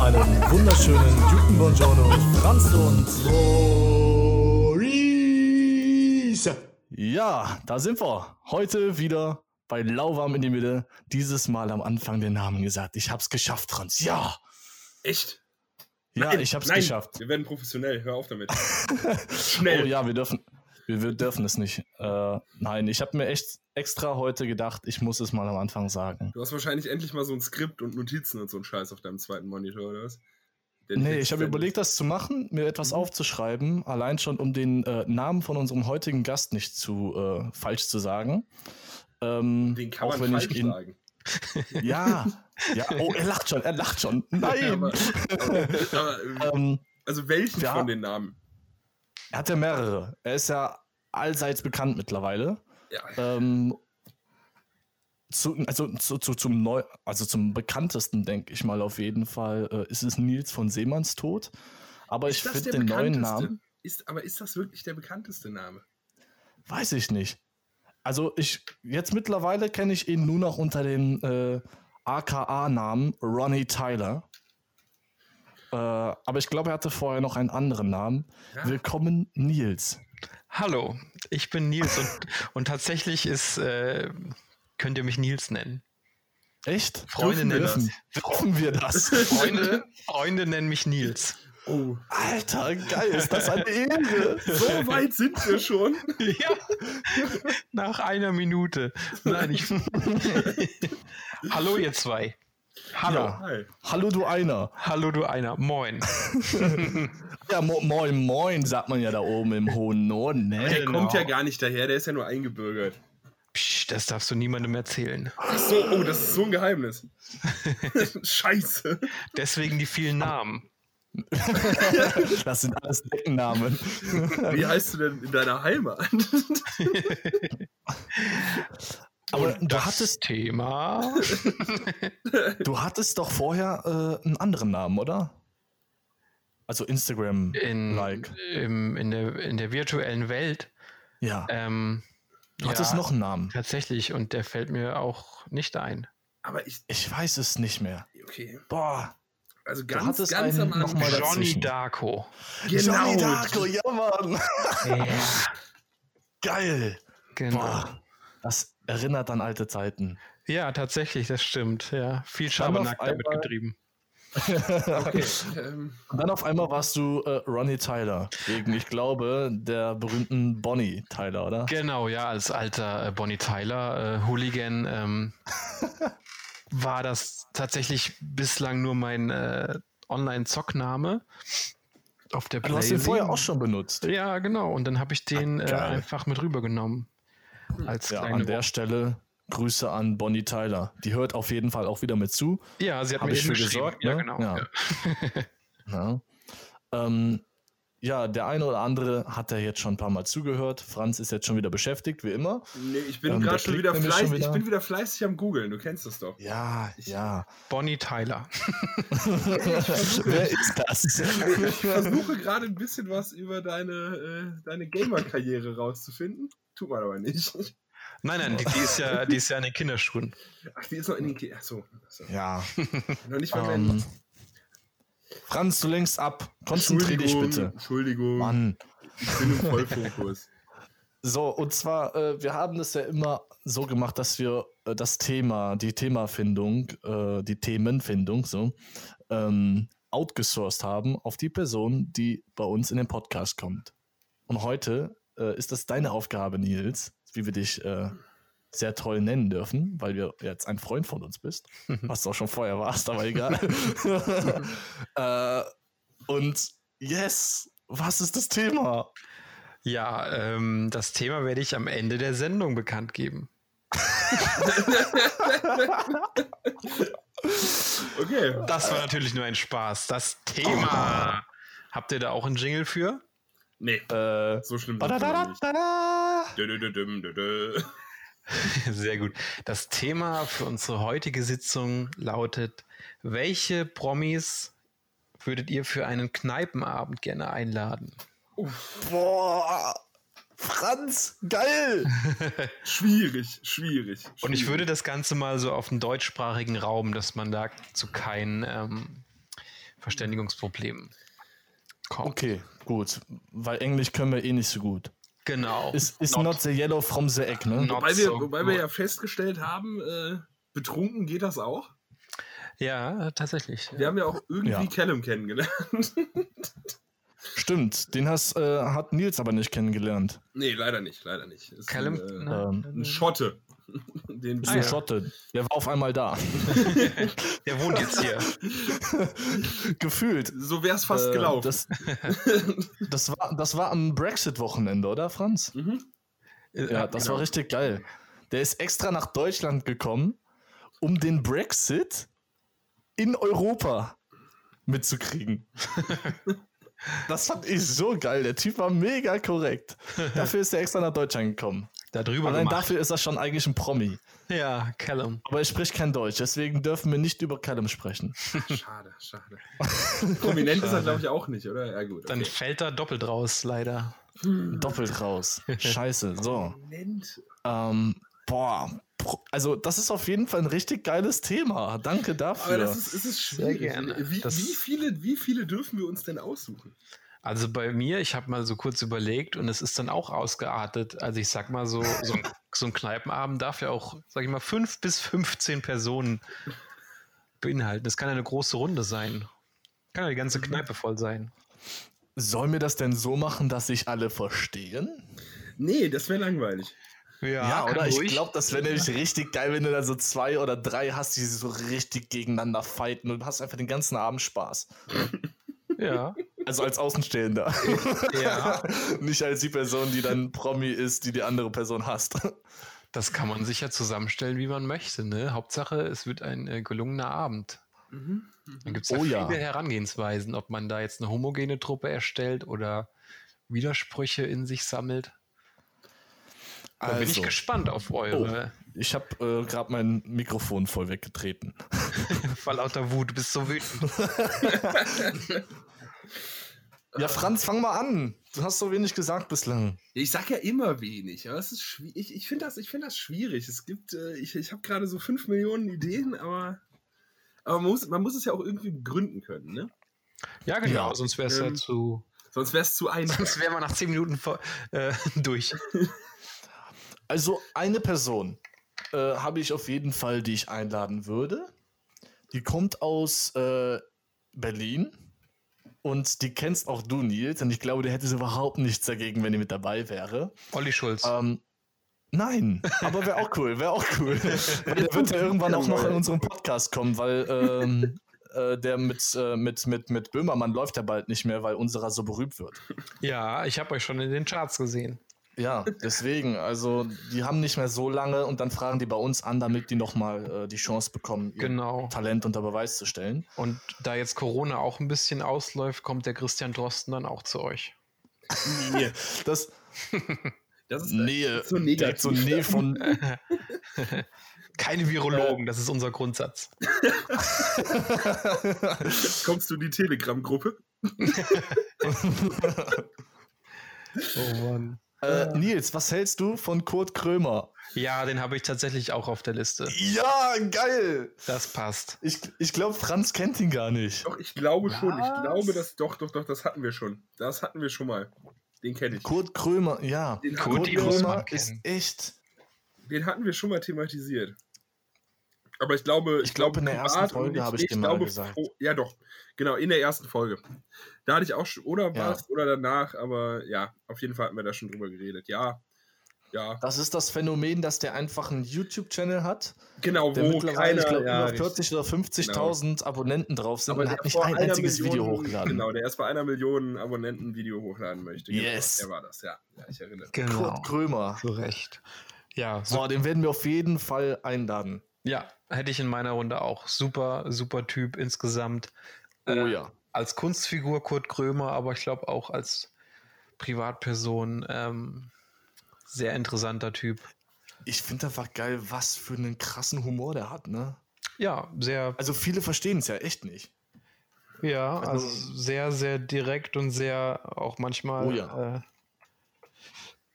einen wunderschönen Guten Buongiorno, Franz und Maurice. Ja, da sind wir. Heute wieder bei Lauwarm in die Mitte. Dieses Mal am Anfang den Namen gesagt. Ich hab's geschafft, Franz. Ja! Echt? Ja, Nein, ich hab's nein, geschafft. Wir werden professionell, hör auf damit. Oh Schnell. ja, wir dürfen. Wir, wir dürfen es nicht. Äh, nein, ich habe mir echt extra heute gedacht, ich muss es mal am Anfang sagen. Du hast wahrscheinlich endlich mal so ein Skript und Notizen und so einen Scheiß auf deinem zweiten Monitor, oder was? Der Nee, Text ich habe sendet. überlegt, das zu machen, mir etwas Mhm. aufzuschreiben, allein schon, um den äh, Namen von unserem heutigen Gast nicht zu äh, falsch zu sagen. Ähm, Den kann auch man wenn falsch ich ihn, sagen. Ja, ja. Oh, er lacht schon, er lacht schon. Ja, Nein. aber, aber, aber, ähm, also welchen Ja. von den Namen? er hat ja mehrere. Er ist ja allseits bekannt mittlerweile. Ja. Ähm, zu, also zu, zu, zum neu, also zum bekanntesten denke ich mal auf jeden Fall äh, ist es Nils von Seemanns Tod. Aber ich Ist das finde der den neuen bekannteste? Namen Ist, aber ist das wirklich der bekannteste Name? weiß ich nicht. Also ich jetzt mittlerweile kenne ich ihn nur noch unter dem äh, AKA-Namen Ronnie Tyler. Äh, aber ich glaube, er hatte vorher noch einen anderen Namen. Ja. Willkommen Nils. Hallo, ich bin Nils und, und tatsächlich ist, äh, könnt ihr mich Nils nennen. Echt? Freunde Dürfen wir Dürfen, nennen, dürfen wir das? Freunde, Freunde nennen mich Nils. Oh, Alter, geil, ist das eine Ehre. so weit sind wir schon. Ja, nach einer Minute. Nein, ich. Hallo, ihr zwei. Hallo, Ja. Hi. Hallo du einer. hallo, du einer. Moin. Ja, mo moin, moin, sagt man ja da oben im hohen Norden, Der ne? Genau. kommt ja gar nicht daher, der ist ja nur eingebürgert. Psch, das darfst du niemandem erzählen. Ach so, oh, das ist so ein Geheimnis. Scheiße. Deswegen die vielen Namen. Das sind alles Deckennamen. Wie heißt du denn in deiner Heimat? Aber Und du das hattest, Thema. du hattest doch vorher äh, einen anderen Namen, oder? Also In, Instagram-like. im, in, der, in der virtuellen Welt. Ja. Ähm, Du hattest ja. noch einen Namen. Tatsächlich, und der fällt mir auch nicht ein. Aber ich. Ich weiß es nicht mehr. Okay. Boah. Also ganz, hattest ganz einen am Anfang. nochmal dazu. Johnny dazwischen. Darko. Genau. Johnny Darko, ja, Mann. Geil. Genau. Äh. Boah. Das erinnert an alte Zeiten. Ja, tatsächlich, das stimmt. Ja, viel Dann auf Schabernack damit einmal- getrieben. Okay. Ähm, Und dann auf einmal warst du äh, Ronnie Tyler. Wegen, ich glaube, der berühmten Bonnie Tyler, oder? Genau, ja, als alter äh, Bonnie Tyler äh, Hooligan ähm, war das tatsächlich bislang nur mein äh, Online-Zockname auf der Ah, du hast den PlayStation. vorher auch schon benutzt. Ja, genau. Und dann habe ich den äh, geil. einfach mit rübergenommen. Als Ja, kleine an der Stelle Grüße an Bonnie Tyler. Die hört auf jeden Fall auch wieder mit zu. ja, sie hat Hab mir ich eben für geschrieben. gesorgt, Ja, ne? genau. Ja. Ja. Ja. Ähm, ja, der eine oder andere hat ja jetzt schon ein paar Mal zugehört. Franz ist jetzt schon wieder beschäftigt, wie immer. nee, ich bin Ähm, der gerade schon klickt wieder nämlich fleißig. schon wieder. Ich bin wieder fleißig am Googeln, du kennst das doch. Ja, ja. Bonnie Tyler. Wer ist das? Ich versuche gerade ein bisschen was über deine, äh, deine Gamer-Karriere rauszufinden. Tut man aber nicht. Nein, nein, die, die, ist ja, die ist ja in den Kinderschuhen. Ach, die ist noch in den Ki Achso. Achso. ja. Noch nicht mal mehr. Ähm, Franz, du lenkst ab. Konzentrier dich bitte. Entschuldigung. Mann. Ich bin im Vollfokus. So, und zwar, äh, wir haben das ja immer so gemacht, dass wir äh, das Thema, die Themafindung, äh, die Themenfindung, so, ähm, outgesourced haben auf die Person, die bei uns in den Podcast kommt. Und heute äh, ist das deine Aufgabe, Nils, wie wir dich äh, sehr toll nennen dürfen, weil du jetzt ein Freund von uns bist, was du auch schon vorher warst, aber egal. äh, und yes, was ist das Thema? Ja, ähm, das Thema werde ich am Ende der Sendung bekannt geben. Okay. Das war natürlich nur ein Spaß. Das Thema. Habt ihr da auch einen Jingle für? Nee, Äh, so schlimm sind wir noch nicht. Badadadadada. Dö, dö, dö, düm, dö, dö. Sehr gut. Das Thema für unsere heutige Sitzung lautet: Welche Promis würdet ihr für einen Kneipenabend gerne einladen? Boah, Franz, geil! Schwierig, schwierig. Und ich schwierig. würde das Ganze mal so auf den deutschsprachigen Raum, dass man da zu keinen ähm, Verständigungsproblemen kommt. Okay, gut. Weil Englisch können wir eh nicht so gut. Genau. Ist is not. the yellow from the egg, ne? Not. Wobei wir, so wobei wir gut. ja festgestellt haben, äh, betrunken geht das auch. Ja, tatsächlich. Wir haben ja auch irgendwie Ja. Callum kennengelernt. Stimmt, den hast, äh, hat Nils aber nicht kennengelernt. nee, leider nicht, leider nicht. Ist Callum, Ein, äh, ähm, ne, ein Schotte. Den Ist Ah, ein ja. Schotte. Der war auf einmal da. der wohnt jetzt hier. Gefühlt. so wäre es fast Äh, gelaufen. Das, das, war, das war am Brexit-Wochenende, oder, Franz? mhm. Ja, Genau. Genau. das war richtig geil. Der ist extra nach Deutschland gekommen, um den Brexit in Europa mitzukriegen. das fand ich so geil. Der Typ war mega korrekt. Dafür ist er extra nach Deutschland gekommen. da drüber Allein gemacht. dafür ist er schon eigentlich ein Promi. Ja, Callum. Aber er spricht kein Deutsch, deswegen dürfen wir nicht über Callum sprechen. Schade, schade. Prominent ist er, Schade. glaube ich, auch nicht, oder? Ja, gut. Hm. Dann fällt er doppelt raus, leider. Doppelt raus. Scheiße. So. Prominent. Ähm, boah. Pro- Also, das ist auf jeden Fall ein richtig geiles Thema. Danke dafür. Aber das ist, es ist schwierig. gerne. Wie, Das- wie, viele, wie viele dürfen wir uns denn aussuchen? Also bei mir, ich habe mal so kurz überlegt und es ist dann auch ausgeartet. Also ich sag mal so, so ein, so ein Kneipenabend darf ja auch, sag ich mal, fünf bis 15 Personen beinhalten. Das kann ja eine große Runde sein. Kann ja die ganze Kneipe voll sein. Sollen wir das denn so machen, dass sich alle verstehen? Nee, das wäre langweilig. Ja, kann oder? Ich ruhig. glaube, das wäre nämlich richtig geil, wenn du da so zwei oder drei hast, die so richtig gegeneinander fighten und hast einfach den ganzen Abend Spaß. Ja, Also als Außenstehender. ja. Nicht als die Person, die dann Promi ist, die die andere Person hasst. Das kann man sich ja zusammenstellen, wie man möchte. Ne? Hauptsache, es wird ein äh, gelungener Abend. Mhm. Dann gibt es Oh ja ja. viele Herangehensweisen, ob man da jetzt eine homogene Truppe erstellt oder Widersprüche in sich sammelt. Da bin ich Also, gespannt auf eure. ich habe äh, gerade mein Mikrofon voll weggetreten. Vor lauter Wut, du bist so wütend. Äh. Ja, Franz, fang mal an. Du hast so wenig gesagt bislang. Ich sag ja immer wenig, aber es ist schwierig. Ich, ich finde das, ich find das schwierig. Es gibt, äh, ich, ich habe gerade so 5 Millionen Ideen, aber, aber man, muss, man muss es ja auch irgendwie begründen können, ne? Ja, genau, Ja. sonst wäre es ja Ähm. zu. Sonst wäre es zu einfach. Sonst wären wir nach 10 Minuten vor, äh, durch. Also eine Person äh, habe ich auf jeden Fall, die ich einladen würde. Die kommt aus äh, Berlin und die kennst auch du, Nils. Und ich glaube, der hätte überhaupt nichts dagegen, wenn die mit dabei wäre. Olli Schulz. Ähm, nein, aber wäre auch cool, wäre auch cool. Weil der wird ja irgendwann auch noch in unseren Podcast kommen, weil ähm, äh, der mit, äh, mit, mit, mit Böhmermann läuft ja bald nicht mehr, weil unserer so berühmt wird. Ja, ich habe euch schon in den Charts gesehen. Ja, deswegen. Also, die haben nicht mehr so lange und dann fragen die bei uns an, damit die nochmal äh, die Chance bekommen, ihr Genau. Talent unter Beweis zu stellen. Und da jetzt Corona auch ein bisschen ausläuft, kommt der Christian Drosten dann auch zu euch. Nee, Das das ist Nähe, so direkt negativ. so Nähe von. Keine Virologen, das ist unser Grundsatz. Kommst du in die Telegram-Gruppe? Oh Mann. äh, Nils, was hältst du von Kurt Krömer? Ja, den habe ich tatsächlich auch auf der Liste. Ja, geil! Das passt. Ich, ich glaube, Franz kennt ihn gar nicht. Doch, ich glaube schon. Ich Was? glaube, dass doch, doch, doch, das hatten wir schon. Das hatten wir schon mal. Den kenne ich. Kurt Krömer, ja. Den, Kurt Kurt die muss man Krömer ist kennen. echt. den hatten wir schon mal thematisiert. Aber ich glaube, Ich glaube, in der ersten privat Folge und habe ich den mal gesagt. pro- ja, doch. Genau, in der ersten Folge. Da hatte ich auch schon, oder Ja. was, oder danach, aber ja, auf jeden Fall hatten wir da schon drüber geredet. Ja, ja, Das ist das Phänomen, dass der einfach einen YouTube-Channel hat, genau, der wo mittlerweile, keiner, ich glaube, ja, genau. über 40 oder 50.000 Abonnenten drauf sind und der hat nicht vor ein einer einziges Video Million- hochgeladen. Genau, der erst bei einer Million Abonnenten ein Video hochladen möchte. Genau, Yes. Der war das, ja. Ja, ich erinnere. Kurt Krömer. Zu Recht. Genau. Ja, so, So, den werden wir auf jeden Fall einladen. ja, hätte ich in meiner Runde auch. Super, super Typ insgesamt. Oh Äh, ja. Als Kunstfigur Kurt Krömer, aber ich glaube auch als Privatperson ähm, sehr interessanter Typ. Ich finde einfach geil, was für einen krassen Humor der hat, ne? Ja, sehr, Also viele verstehen es ja echt nicht. ja, also also- sehr, sehr direkt und sehr auch manchmal. Oh ja. Äh,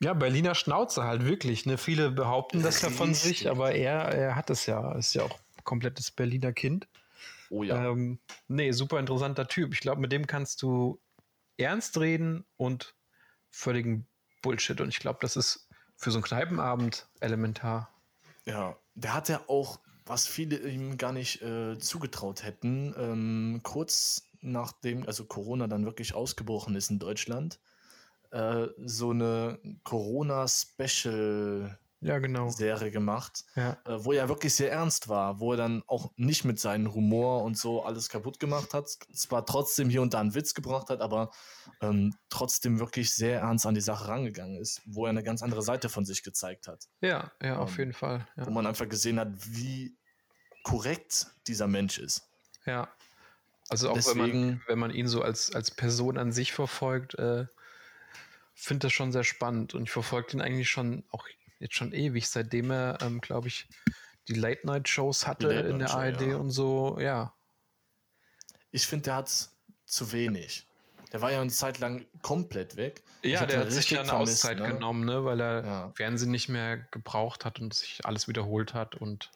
ja, Berliner Schnauze halt wirklich. Ne? Viele behaupten das ja von sich, Richtig. aber er, er hat es ja. Ist ja auch komplettes Berliner Kind. Oh Äh. ja. Ähm, nee, super interessanter Typ. Ich glaube, mit dem kannst du ernst reden und völligen Bullshit. Und ich glaube, das ist für so einen Kneipenabend elementar. Ja, der hat ja auch, was viele ihm gar nicht äh, zugetraut hätten, ähm, kurz nachdem, also Corona dann wirklich ausgebrochen ist in Deutschland, äh, so eine Corona-Special-Serie Ja, genau. gemacht, Ja. äh, wo er wirklich sehr ernst war, wo er dann auch nicht mit seinem Humor und so alles kaputt gemacht hat, zwar trotzdem hier und da einen Witz gebracht hat, aber ähm, trotzdem wirklich sehr ernst an die Sache rangegangen ist, wo er eine ganz andere Seite von sich gezeigt hat. ja, ja, auf Ähm, jeden Fall. Ja. wo man einfach gesehen hat, wie korrekt dieser Mensch ist. Ja. Also auch wenn, man, Deswegen- wenn man ihn so als, als Person an sich verfolgt, äh, finde das schon sehr spannend. Und ich verfolge ihn eigentlich schon auch jetzt schon ewig, seitdem er, ähm, glaube ich, die Late-Night-Shows hatte Die Late in Night der Show, ARD ja. und so, ja. Ich finde, der hat zu wenig. Der war ja eine Zeit lang komplett weg. Ich Ja, hab der den hat sich richtig ja eine vermisst, Auszeit ne? genommen, ne, weil er Ja. Fernsehen nicht mehr gebraucht hat und sich alles wiederholt hat und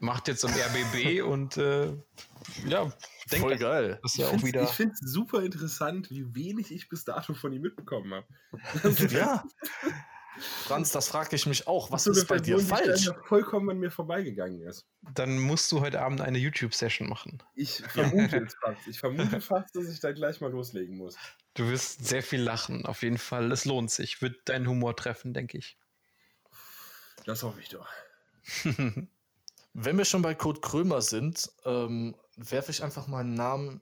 macht jetzt im RBB und äh, ja, denkt Voll geil. das ist Ich ja auch find's- wieder. Ich finde es super interessant, wie wenig ich bis dato von ihm mitbekommen habe. Ja. Franz, das frage ich mich auch. Was So eine ist bei dir Person, die falsch? scheinbar vollkommen an mir vorbeigegangen ist. Dann musst du heute Abend eine YouTube-Session machen. Ich vermute es fast. Ich vermute fast, dass ich da gleich mal loslegen muss. Du wirst sehr viel lachen, auf jeden Fall. Es lohnt sich. Wird deinen Humor treffen, denke ich. Das hoffe ich doch. Wenn wir schon bei Kurt Krömer sind, ähm, werfe ich einfach mal einen Namen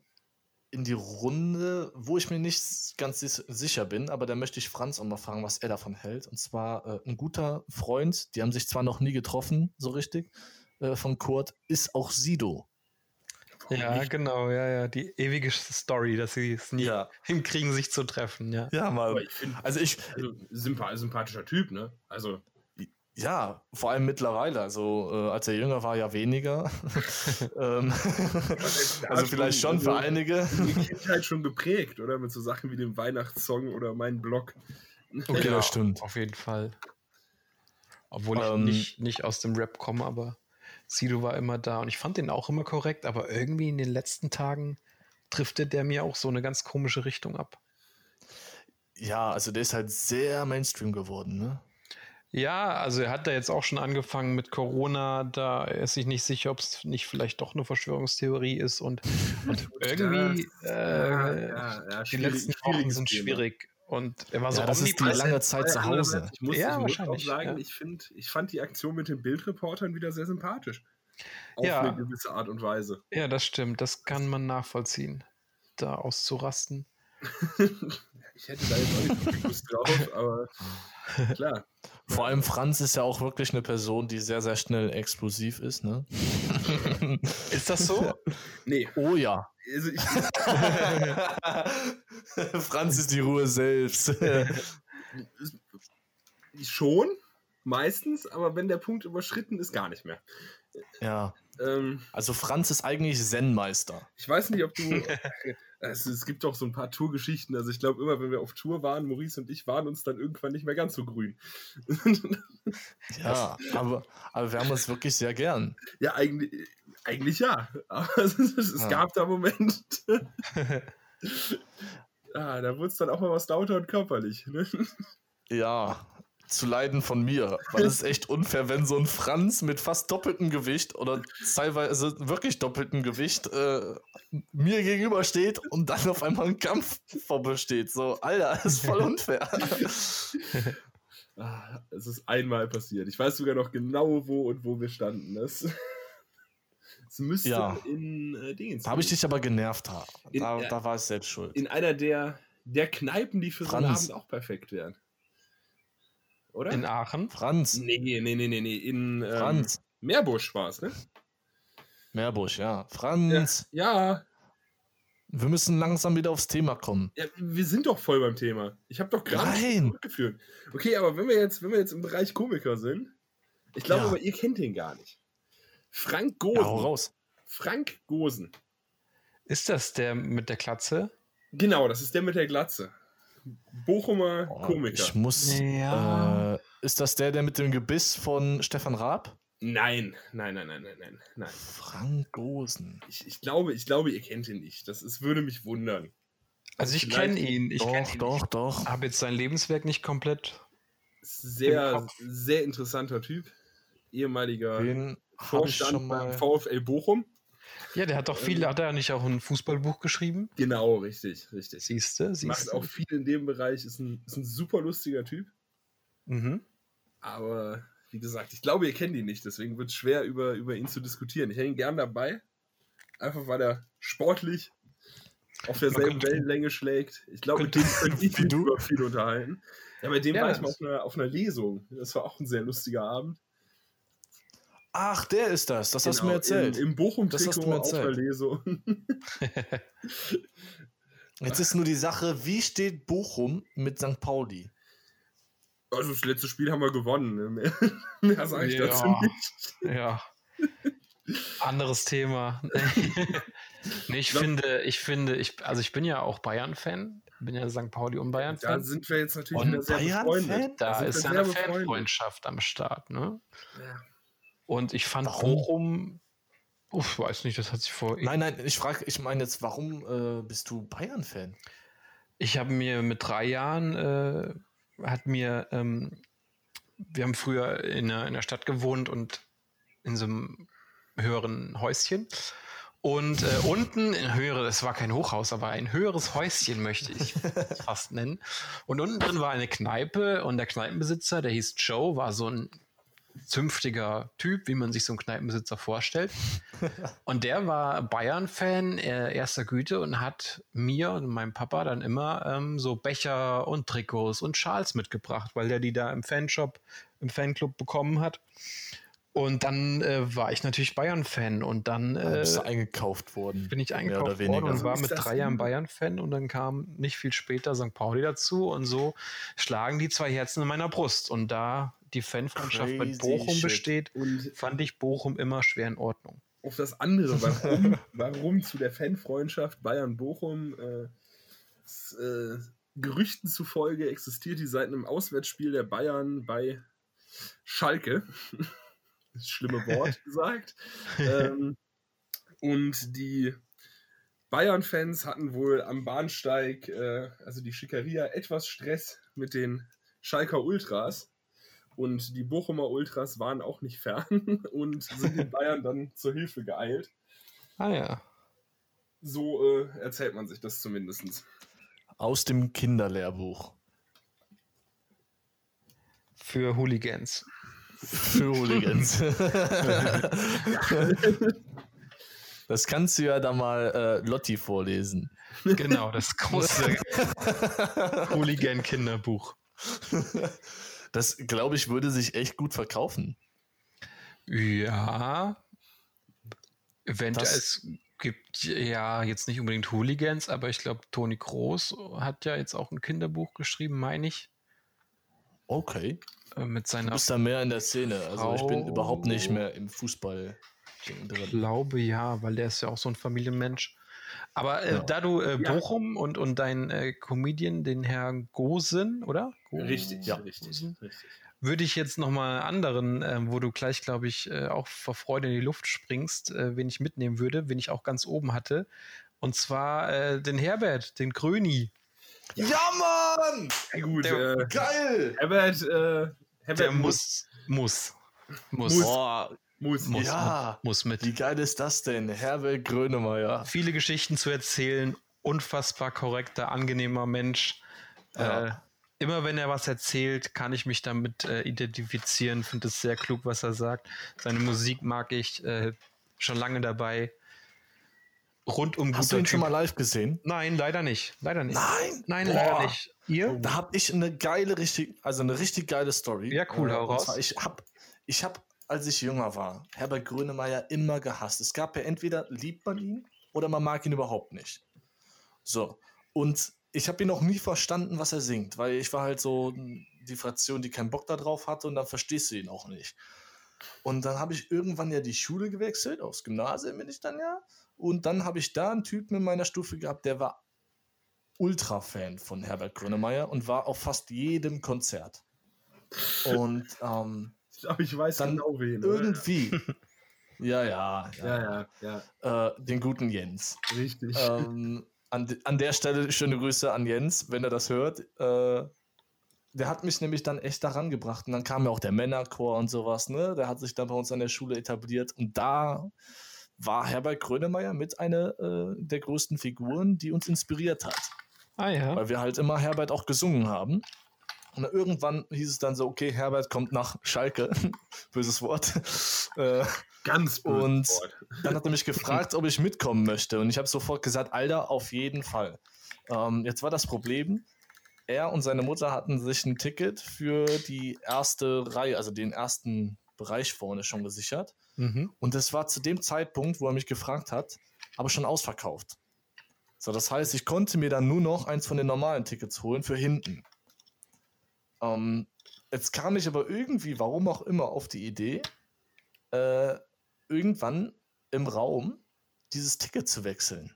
in die Runde, wo ich mir nicht ganz sis- sicher bin, aber da möchte ich Franz auch mal fragen, was er davon hält. Und zwar äh, ein guter Freund, die haben sich zwar noch nie getroffen, so richtig, äh, von Kurt, ist auch Sido. ja, genau, ja, ja. Die ewige Story, dass sie es nie Ja. hinkriegen, sich zu treffen, ja. Ja, Aber mal. ich finde, Also ich, also, sympa sympathischer Typ, ne? Also, ja, vor allem mittlerweile, also äh, als er jünger war, ja weniger. ähm, also vielleicht schon für einen. einige. Die Kindheit schon geprägt, oder? Mit so Sachen wie dem Weihnachtssong oder meinem Blog. Okay, das stimmt. Auf jeden Fall. Obwohl Ähm, ich nicht, nicht aus dem Rap komme, aber Sido war immer da und ich fand den auch immer korrekt, aber irgendwie in den letzten Tagen driftet der mir auch so eine ganz komische Richtung ab. Ja, also der ist halt sehr Mainstream geworden, ne? Ja, also er hat da jetzt auch schon angefangen mit Corona, da ist ich nicht sicher, ob es nicht vielleicht doch eine Verschwörungstheorie ist und, und irgendwie Das- ja, äh, ja, ja, die schwierig- letzten Wochen schwieriges sind Thema. schwierig und er war so ja, das ist die Also omnipräsent. lange Zeit zu Hause. Andererseits, Ich muss, Ja, ich muss auch wahrscheinlich, sagen, ja. ich, find, ich fand die Aktion mit den Bildreportern wieder sehr sympathisch. Auf Ja. eine gewisse Art und Weise. Ja, das stimmt, das kann man nachvollziehen, da auszurasten. Ich hätte da jetzt auch nicht so viel Lust drauf, aber klar. Vor allem Franz ist ja auch wirklich eine Person, die sehr, sehr schnell explosiv ist, ne? Ist das so? Nee, Oh ja. also ich, Franz ist die Ruhe selbst. ich schon, meistens, aber wenn der Punkt überschritten ist, gar nicht mehr. ja, Ähm, also Franz ist eigentlich Zen-Meister. Ich weiß nicht, ob du. es, es gibt doch so ein paar Tourgeschichten. Also, ich glaube, immer wenn wir auf Tour waren, Maurice und ich waren uns dann irgendwann nicht mehr ganz so grün. Ja, aber, aber wir haben uns wirklich sehr gern. ja, eigentlich, eigentlich ja. Aber es, ist- es Ja. gab da Momente. ah, da wurde es dann auch mal was lauter und körperlich. Ne? Ja, zu leiden von mir. Weil es ist echt unfair, wenn so ein Franz mit fast doppeltem Gewicht oder teilweise wirklich doppeltem Gewicht äh, mir gegenübersteht und dann auf einmal ein Kampf vorbesteht. So, Alter, das ist voll unfair. Ah, es ist einmal passiert. Ich weiß sogar noch genau, wo und wo wir standen. Das, es müsste Ja. in äh, Dingens. Da habe ich dich aber genervt. Da, In- da, da war ich selbst schuld. in einer der, der Kneipen, die für Franz. so einen Abend auch perfekt wären. Oder? In Aachen? Franz, nee, nee, nee, nee, nee. In ähm, Franz, Meerbusch war es, ne? Meerbusch, ja. Franz, Ja, wir müssen langsam wieder aufs Thema kommen. ja, wir sind doch voll beim Thema. Ich habe doch gerade Nein. zurückgeführt. Okay, aber wenn wir jetzt, wenn wir jetzt im Bereich Komiker sind, ich glaube Ja. aber, ihr kennt den gar nicht. Frank Ja, hau Gosen. raus. Frank Gosen. Ist das der mit der Klatze? Genau, das ist der mit der Glatze. Bochumer Oh, Komiker. Ich muss. Ja. Äh, ist das der, der mit dem Gebiss von Stefan Raab? Nein, nein, nein, nein, nein, nein, nein. Frank Gosen. Ich, ich, glaube, ich glaube, ihr kennt ihn nicht. Das ist, würde mich wundern. Also ich Vielleicht- kenne ihn. Ich doch, kenne ihn. doch, doch. Ich habe jetzt sein Lebenswerk nicht komplett. Ist Sehr, Im sehr interessanter Typ. Ehemaliger Den habe ich schon Vorstand beim mal. VfL Bochum. Ja, der hat doch Ähm. viel, hat er nicht auch ein Fußballbuch geschrieben? Genau, richtig, richtig. Siehste, Macht siehste. auch viel in dem Bereich, ist ein, ist ein super lustiger Typ. Mhm. Aber wie gesagt, ich glaube, ihr kennt ihn nicht, deswegen wird es schwer, über, über ihn zu diskutieren. Ich hätte ihn gern dabei, einfach weil er sportlich auf derselben könnte- Wellenlänge schlägt. Ich glaube, mit könnte- dem könnte ich wie mich du. über viel unterhalten. Ja, bei dem Ja, war das- ich mal auf einer, auf einer Lesung. Das war auch ein sehr lustiger Abend. Ach, der ist das. Das hast du Genau, mir erzählt. Im, im Das hast du Bochum-Trikot mir auf einer erzählt. Lesung. Jetzt ist nur die Sache, wie steht Bochum mit St. Pauli? Also das letzte Spiel haben wir gewonnen. ne? Mehr, mehr sage ich Ja. dazu nicht. Ja. Anderes Thema. nee, ich glaub- finde, ich finde, ich, also ich bin ja auch Bayern-Fan, bin ja St. Pauli und Da Bayern-Fan. sind wir jetzt natürlich Und wieder sehr Bayern-Fan? befreundet. Da sind wir ist ja eine sehr befreundet. Fanfreundschaft am Start, ne? Ja. Und ich fand Warum? Bochum, uff, weiß nicht, das hat sich vor. Nein, nein, ich frage, ich meine jetzt, warum äh, bist du Bayern-Fan? Ich habe mir mit drei Jahren, äh, hat mir, ähm, wir haben früher in einer, in einer Stadt gewohnt und in so einem höheren Häuschen. Und äh, unten in höhere, es war kein Hochhaus, aber ein höheres Häuschen möchte ich es fast nennen. Und unten drin war eine Kneipe und der Kneipenbesitzer, der hieß Joe, war so ein zünftiger Typ, wie man sich so einen Kneipenbesitzer vorstellt. Und der war Bayern-Fan äh, erster Güte und hat mir und meinem Papa dann immer ähm, so Becher und Trikots und Schals mitgebracht, weil der die da im Fanshop, im Fanclub bekommen hat. Und dann äh, war ich natürlich Bayern-Fan und dann äh, bist du eingekauft worden? bin ich mehr eingekauft oder worden weniger. und war Ist mit das drei Jahren gut? Bayern-Fan und dann kam nicht viel später St. Pauli dazu und so schlagen die zwei Herzen in meiner Brust. Und da die Fanfreundschaft Crazy mit Bochum shit. besteht, Und fand ich Bochum immer schwer in Ordnung. auf das andere, warum, warum zu der Fanfreundschaft Bayern-Bochum äh, s- äh, Gerüchten zufolge existiert die seit einem Auswärtsspiel der Bayern bei Schalke. Das Schlimme Wort gesagt. Ähm, und die Bayern-Fans hatten wohl am Bahnsteig, äh, also die Schickeria, etwas Stress mit den Schalker Ultras. Und die Bochumer Ultras waren auch nicht fern und sind den Bayern dann zur Hilfe geeilt. Ah ja. So äh, erzählt man sich das zumindest. Aus dem Kinderlehrbuch. Für Hooligans. Für Hooligans. das kannst du ja da mal äh, Lotti vorlesen. Genau, das große Hooligan-Kinderbuch. Das, glaube ich, würde sich echt gut verkaufen. Ja. Eventuell Das- es gibt ja jetzt nicht unbedingt Hooligans, aber ich glaube, Toni Groß hat ja jetzt auch ein Kinderbuch geschrieben, meine ich, Okay. äh, mit Du seiner bist da mehr in der Szene. Also ich bin Frau- überhaupt nicht mehr im Fußball drin. glaube ja, weil der ist ja auch so ein Familienmensch. Aber äh, Ja. da du äh, Genau. Ja. Bochum und, und dein äh, Comedian, den Herrn Gosen, oder? Go- Richtig, Ja. richtig, Mhm. richtig. Würde ich jetzt nochmal anderen, äh, wo du gleich, glaube ich, äh, auch vor Freude in die Luft springst, äh, wen ich mitnehmen würde, wen ich auch ganz oben hatte. Und zwar äh, den Herbert, den Gröni. Ja, Mann! Ja, gut, Der- äh, Geil! Herbert, äh, Herbert Der muss, muss, muss, muss, Boah, muss. muss. ja. Wie mit. geil ist das denn? Herbert Grönemeyer. Viele Geschichten zu erzählen, unfassbar korrekter, angenehmer Mensch. Ja. Äh, immer wenn er was erzählt, kann ich mich damit äh, identifizieren, finde es sehr klug, was er sagt. Seine Musik mag ich, äh, schon lange dabei. Rundum Hast du guter ihn schon Typ. mal live gesehen? Nein, leider nicht. Leider nicht. Nein! Nein, Boah. Oh. leider nicht. Ihr? Da habe ich eine geile, richtig, also eine richtig geile Story. Ja, cool, hau Äh, und raus. Zwar, ich habe, ich hab, als ich jünger war, Herbert Grönemeyer immer gehasst. Es gab ja entweder liebt man ihn oder man mag ihn überhaupt nicht. So. Und ich habe ihn noch nie verstanden, was er singt, weil ich war halt so die Fraktion, die keinen Bock da drauf hatte und dann verstehst du ihn auch nicht. Und dann habe ich irgendwann ja die Schule gewechselt, aufs Gymnasium bin ich dann ja. Und dann habe ich da einen Typen in meiner Stufe gehabt, der war Ultra-Fan von Herbert Grönemeyer und war auf fast jedem Konzert. Und ähm, nicht, aber ich weiß Dann genau wen. Irgendwie. ja, ja, ja. Ja, ja, ja, Äh, den guten Jens. richtig. Äh, ähm, an, de- an der Stelle schöne Grüße an Jens, wenn er das hört. Äh, der hat mich nämlich dann echt daran gebracht. Und dann kam ja auch der Männerchor und sowas, ne? Der hat sich dann bei uns an der Schule etabliert. Und da war Herbert Grönemeyer mit einer äh, der größten Figuren, die uns inspiriert hat. Ah ja. Weil wir halt immer Herbert auch gesungen haben. Und dann irgendwann hieß es dann so, okay, Herbert kommt nach Schalke. Böses Wort. Äh, Ganz böses und- Wort. dann hat er mich gefragt, ob ich mitkommen möchte. Und ich habe sofort gesagt, Alter, auf jeden Fall. Ähm, jetzt war das Problem, er und seine Mutter hatten sich ein Ticket für die erste Reihe, also den ersten Bereich vorne schon gesichert. Mhm. Und das war zu dem Zeitpunkt, wo er mich gefragt hat, aber schon ausverkauft. So, das heißt, ich konnte mir dann nur noch eins von den normalen Tickets holen für hinten. Ähm, jetzt kam ich aber irgendwie, warum auch immer, auf die Idee, äh, irgendwann im Raum dieses Ticket zu wechseln.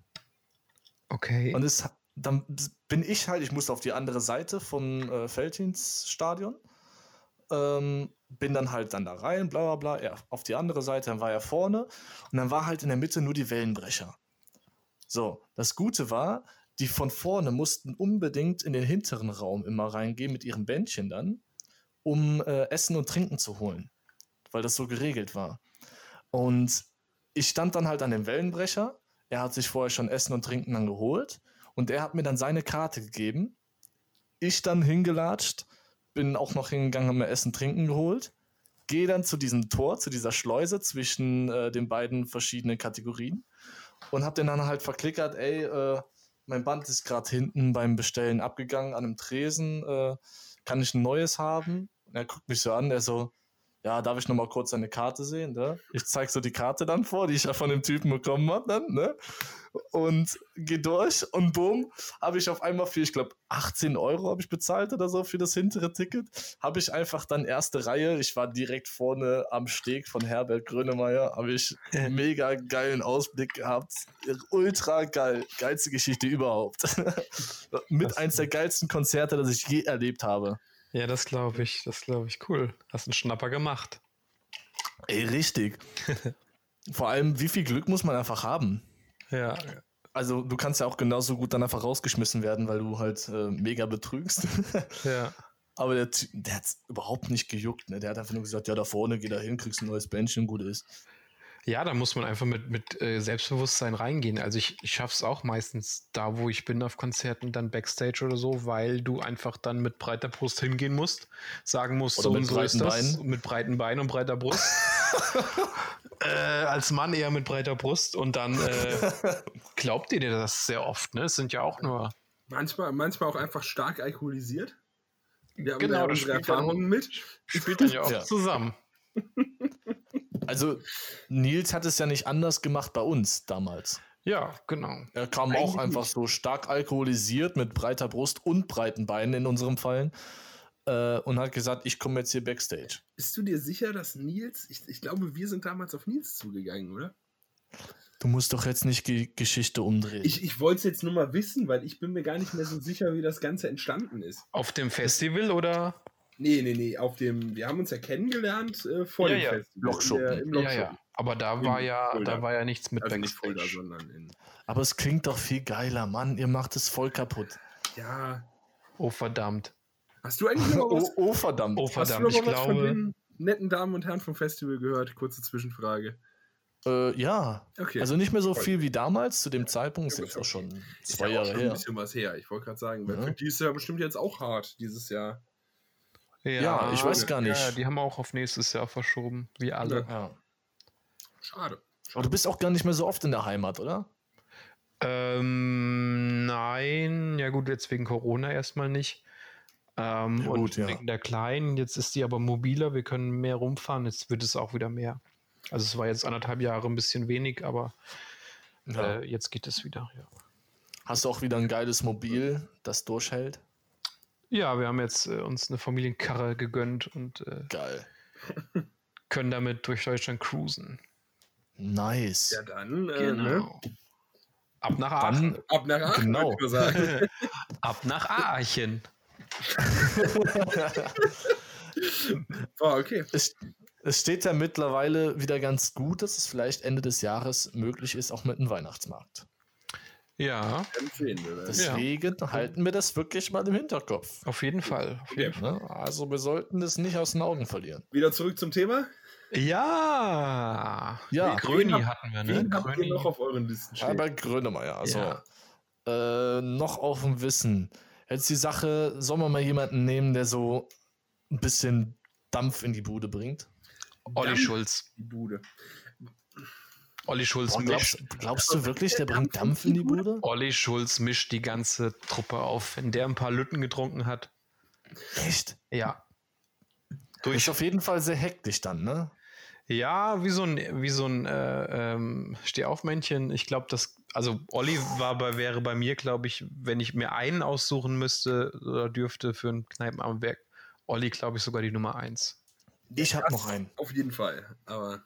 Okay. Und es, hat- dann bin ich halt, ich musste auf die andere Seite vom äh, Felddienststadion. Ähm, bin dann halt dann da rein, bla bla bla, ja, auf die andere Seite, dann war er vorne und dann war halt in der Mitte nur die Wellenbrecher. So, das Gute war, die von vorne mussten unbedingt in den hinteren Raum immer reingehen mit ihren Bändchen dann, um äh, Essen und Trinken zu holen, weil das so geregelt war. Und ich stand dann halt an dem Wellenbrecher er hat sich vorher schon Essen und Trinken dann geholt und er hat mir dann seine Karte gegeben. Ich dann hingelatscht, bin auch noch hingegangen, habe mir Essen, Trinken geholt. Gehe dann zu diesem Tor, zu dieser Schleuse zwischen äh, den beiden verschiedenen Kategorien und habe den dann halt verklickert, ey, äh, mein Band ist gerade hinten beim Bestellen abgegangen an einem Tresen, äh, kann ich ein neues haben? Und er guckt mich so an, er so, ja, darf ich nochmal kurz seine Karte sehen? Ne? Ich zeig so die Karte dann vor, die ich ja von dem Typen bekommen hab dann, ne? Und geh durch und boom, habe ich auf einmal für, ich glaube, 18 Euro habe ich bezahlt oder so für das hintere Ticket. Habe ich einfach dann erste Reihe, ich war direkt vorne am Steg von Herbert Grönemeyer, habe ich Äh. mega geilen Ausblick gehabt. Ultra geil, geilste Geschichte überhaupt. Mit eins der geilsten Konzerte, das ich je erlebt habe. Ja, das glaube ich. Das glaube ich. Cool. Hast einen Schnapper gemacht. Ey, richtig. Vor allem, wie viel Glück muss man einfach haben? Ja. Also, du kannst ja auch genauso gut dann einfach rausgeschmissen werden, weil du halt äh, mega betrügst. Ja. Aber der, Ty- der hat überhaupt nicht gejuckt. Ne? Der hat einfach nur gesagt: Ja, da vorne, geh da hin, kriegst ein neues Bändchen, gut ist. Ja, da muss man einfach mit, mit äh, Selbstbewusstsein reingehen. Also ich, ich schaffe es auch meistens da, wo ich bin auf Konzerten, dann Backstage oder so, weil du einfach dann mit breiter Brust hingehen musst, sagen musst, Oder so mit und so ist breiten das, Beinen. mit breiten Beinen und breiter Brust. äh, als Mann eher mit breiter Brust und dann äh, glaubt ihr dir das sehr oft, ne? Es sind ja auch nur Manchmal, manchmal auch einfach stark alkoholisiert. Wir haben da Genau, das unsere spielt dann- Erfahrungen mit. spielt dann ja auch Ja. zusammen. Also, Nils hat es ja nicht anders gemacht bei uns damals. Ja, genau. Er kam auch Eigentlich einfach nicht. so stark alkoholisiert mit breiter Brust und breiten Beinen in unserem Fall äh, und hat gesagt: Ich komme jetzt hier backstage. Bist du dir sicher, dass Nils, ich, ich glaube, wir sind damals auf Nils zugegangen, oder? Du musst doch jetzt nicht die Geschichte umdrehen. Ich, ich wollte es jetzt nur mal wissen, weil ich bin mir gar nicht mehr so sicher, wie das Ganze entstanden ist. Auf dem Also Festival oder? Nee, nee, nee, auf dem, wir haben uns ja kennengelernt äh, vor Ja, dem ja, Festival. Lokschuppen. in der- Im Ja, Lokschuppen. ja. Aber da In war ja, Fulda. da war ja nichts mit Also nicht Backstage. Fulda, sondern in. Aber es klingt doch viel geiler, Mann. Ihr macht es voll kaputt. Ja. Oh verdammt. Hast du eigentlich noch mal was, verdammt. Oh hast du verdammt, noch ich mal was von glaube. den netten Damen und Herren vom Festival gehört? Kurze Zwischenfrage. Äh, ja. Okay. Also nicht mehr so Voll. viel wie damals. Zu dem Zeitpunkt ist Ja, jetzt gut, auch schon Ist zwei ja auch Jahre schon ein her. bisschen was her. Ich wollte gerade sagen, weil Ja. für die ist ja bestimmt jetzt auch hart dieses Jahr. Ja, ich weiß gar nicht. Ja, die haben auch auf nächstes Jahr verschoben, wie alle. Ja. Schade. Aber du bist auch gar nicht mehr so oft in der Heimat, oder? Ähm, nein, ja gut, jetzt wegen Corona erstmal nicht. Ähm, Ja, und gut, ja. wegen der Kleinen, jetzt ist die aber mobiler, wir können mehr rumfahren, jetzt wird es auch wieder mehr. Also es war jetzt anderthalb Jahre ein bisschen wenig, aber Ja. äh, jetzt geht es wieder. Ja, Hast du auch wieder ein geiles Mobil, das durchhält? ja wir haben jetzt äh, uns eine Familienkarre gegönnt und äh, Geil. können damit durch Deutschland cruisen. Nice. Ja, dann. Äh, Genau. ne? Ab nach Dann, Aachen. Ab nach Aachen, Genau. würde ich mal sagen. Ab nach Aachen. Ah, okay. Es, es steht ja mittlerweile wieder ganz gut, dass es vielleicht Ende des Jahres möglich ist, auch mit einem Weihnachtsmarkt. Ja, Dann sehen wir das. Deswegen halten wir das wirklich mal im Hinterkopf. auf jeden Fall. Auf jeden Ne? Also wir sollten das nicht aus den Augen verlieren. Wieder zurück zum Thema. Fall. Ja. Ja, Gröni wen hab- hatten wir, ne? Wen habt ihr Gröni. noch auf euren Listen stehen? aber Grönemeyer, also Ja. äh, noch auf dem Wissen. Jetzt die Sache, sollen wir mal jemanden nehmen, der so ein bisschen Dampf in die Bude bringt? Olli Dampf. Schulz. die Bude. Olli Schulz Boah, mischt. glaubst, glaubst du wirklich, der bringt Dampf in die Bude? Olli Schulz mischt die ganze Truppe auf. Wenn der ein paar Lütten getrunken hat, Echt? ja. Ist Durch, auf jeden Fall sehr hektisch dann, ne? ja, wie so ein, wie so ein äh, ähm, Stehaufmännchen. Ich glaube, das, also Olli war bei, wäre bei mir, glaube ich, wenn ich mir einen aussuchen müsste oder dürfte für ein Kneipen am Werk, Olli, glaube ich, sogar die Nummer eins. Ich hab noch einen. Auf jeden Fall. Aber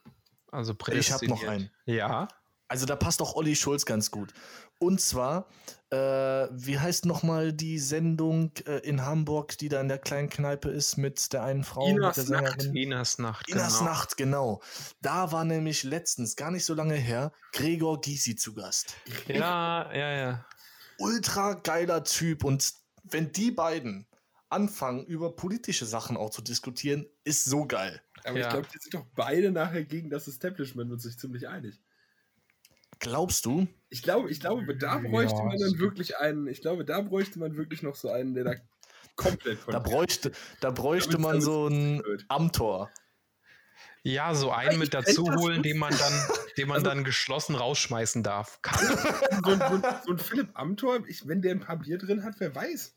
Also Ich hab noch prädestiniert. einen. Ja. Also da passt auch Olli Schulz ganz gut. Und zwar, äh, wie heißt nochmal die Sendung äh, in Hamburg, die da in der kleinen Kneipe ist mit der einen Frau? Inas mit der Nacht. Sängerin? Inas Nacht. Inas genau. Nacht, genau. Da war nämlich letztens, gar nicht so lange her, Gregor Gysi zu Gast. Ja, ja, ja. Ultra geiler Typ. Und wenn die beiden anfangen, über politische Sachen auch zu diskutieren, ist so geil. aber Ja. ich glaube, die sind doch beide nachher gegen das Establishment und sich ziemlich einig. Glaubst du? Ich glaube, ich glaube, da bräuchte Ja, man das- dann wirklich einen. Ich glaube, da bräuchte man wirklich noch so einen, der da komplett Da bräuchte, da bräuchte Damit's- man damit's so ein wird. Amtor. Ja, so einen mit ich kenn dazu das Also holen, nicht. den man dann, den man dann geschlossen rausschmeißen darf. Kann. So ein, so ein, so ein Philipp Amthor, ich, wenn der ein paar Bier drin hat, wer weiß.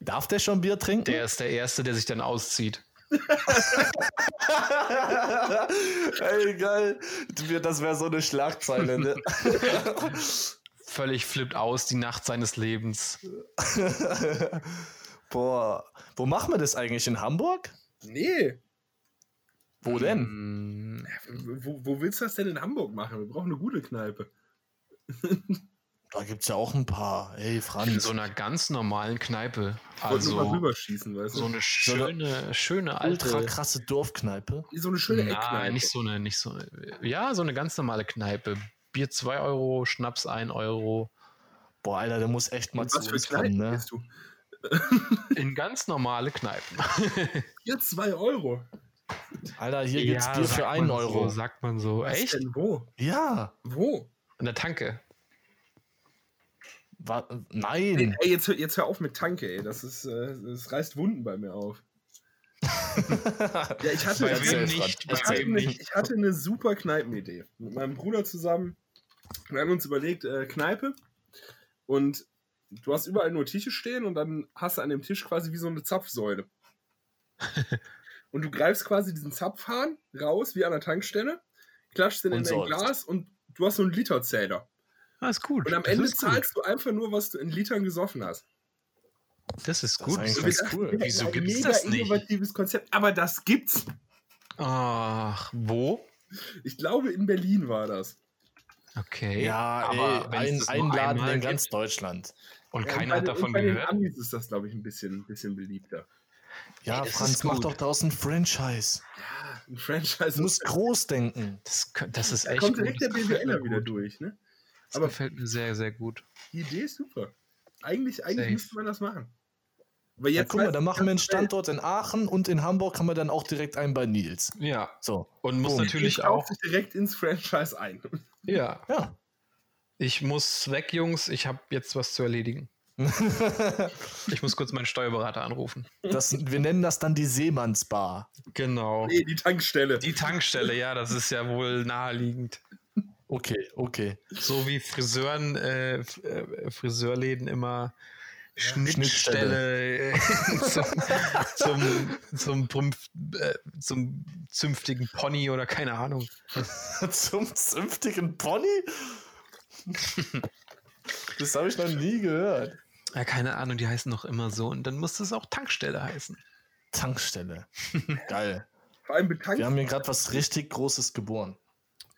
Darf der schon Bier trinken? Der ist der Erste, der sich dann auszieht. Ey, geil. Das wäre so eine Schlagzeile, ne? Völlig flippt aus, die Nacht seines Lebens. Boah. Wo machen wir das eigentlich? In Hamburg? Nee. Mhm. Wo denn? Mm, Wo, wo willst du das denn in Hamburg machen? Wir brauchen eine gute Kneipe. Da gibt's ja auch ein paar. Ey, In Franz. so einer ganz normalen Kneipe. Ich wollte nur mal Also rüberschießen, weißt du? so eine schöne, schöne ultra alte. krasse Dorfkneipe. So eine schöne Eckkneipe. Nein, nicht so eine, nicht so. Ja, so eine ganz normale Kneipe. Bier 2 Euro, Schnaps 1 Euro. Boah, Alter, der muss echt mal In zu Was für uns Kneipen kommen, ne? bist du? In ganz normale Kneipen. Hier 2 Euro. Alter, hier gibt's Ja, Bier sagt für einen man Euro. So, sagt man so. Was Echt? Denn wo? Ja. Wo? In der Tanke. Wa nein. Ey, jetzt, hör- jetzt hör auf mit Tanke, ey. Das, ist, äh, das reißt Wunden bei mir auf. Ja, ich hatte, Bei ich hatte, wem nicht? Franz, erzähl. ich Bei hatte, wem eine, nicht? ich hatte eine super Kneipenidee. Mit meinem Bruder zusammen. Wir haben uns überlegt, äh, Kneipe. Und du hast überall nur Tische stehen und dann hast du an dem Tisch quasi wie so eine Zapfsäule. und du greifst quasi diesen Zapfhahn raus, wie an der Tankstelle, klatschst den in Und dein säufst. Glas und du hast so einen Literzähler. Ah, ist gut. Und am Das Ende ist gut. zahlst du einfach nur, was du in Litern gesoffen hast. Das Das ist gut. ist Und eigentlich- wir Ganz dachten, cool. wir hätten Wieso ein gibt's mega das nicht? innovatives Konzept, aber das gibt's. Ach, wo? Ich glaube, in Berlin war das. Okay. Ja, aber ey, wenn's ein, das nur ein Laden einmal in ganz gibt Deutschland. Und Ja, und keiner bei den- hat davon und bei gehört. den Amis ist das, glaube ich, ein bisschen, ein bisschen beliebter. Ja, das ist Franz, mach gut. doch daraus ein Franchise. Ja, ein Franchise. Du musst groß denken. Das, kö- das ist da echt kommt gut. direkt der Das gefällt BWLer mir wieder gut. durch. Ne? Das Aber- gefällt mir sehr, sehr gut. Die Idee ist super. Eigentlich, eigentlich Safe. müsste man das machen. Aber Ja, jetzt guck mal, weiß da ich machen wir einen ganz schnell, Standort in Aachen und in Hamburg haben wir dann auch direkt einen bei Nils. Ja. So, Und muss Boom. die natürlich kauft auch. sich direkt ins Franchise ein. Ja. ja. Ich muss weg, Jungs. Ich habe jetzt was zu erledigen. Ich muss kurz meinen Steuerberater anrufen. das, wir nennen das dann die Seemannsbar. Genau. Nee, die Tankstelle. Die Tankstelle, ja, das ist ja wohl naheliegend. Okay, okay. So wie Friseuren, äh, F- äh, Friseurläden immer Schnittstelle. Schnittstelle, äh, zum, zum, zum, Prümpf- äh, zum zünftigen Pony oder keine Ahnung. Zum zünftigen Pony? Das habe ich noch nie gehört. Ja, keine Ahnung, die heißen noch immer so. Und dann musste es auch Tankstelle heißen. Tankstelle. Geil. Vor allem betankt. Wir haben hier gerade was richtig Großes geboren.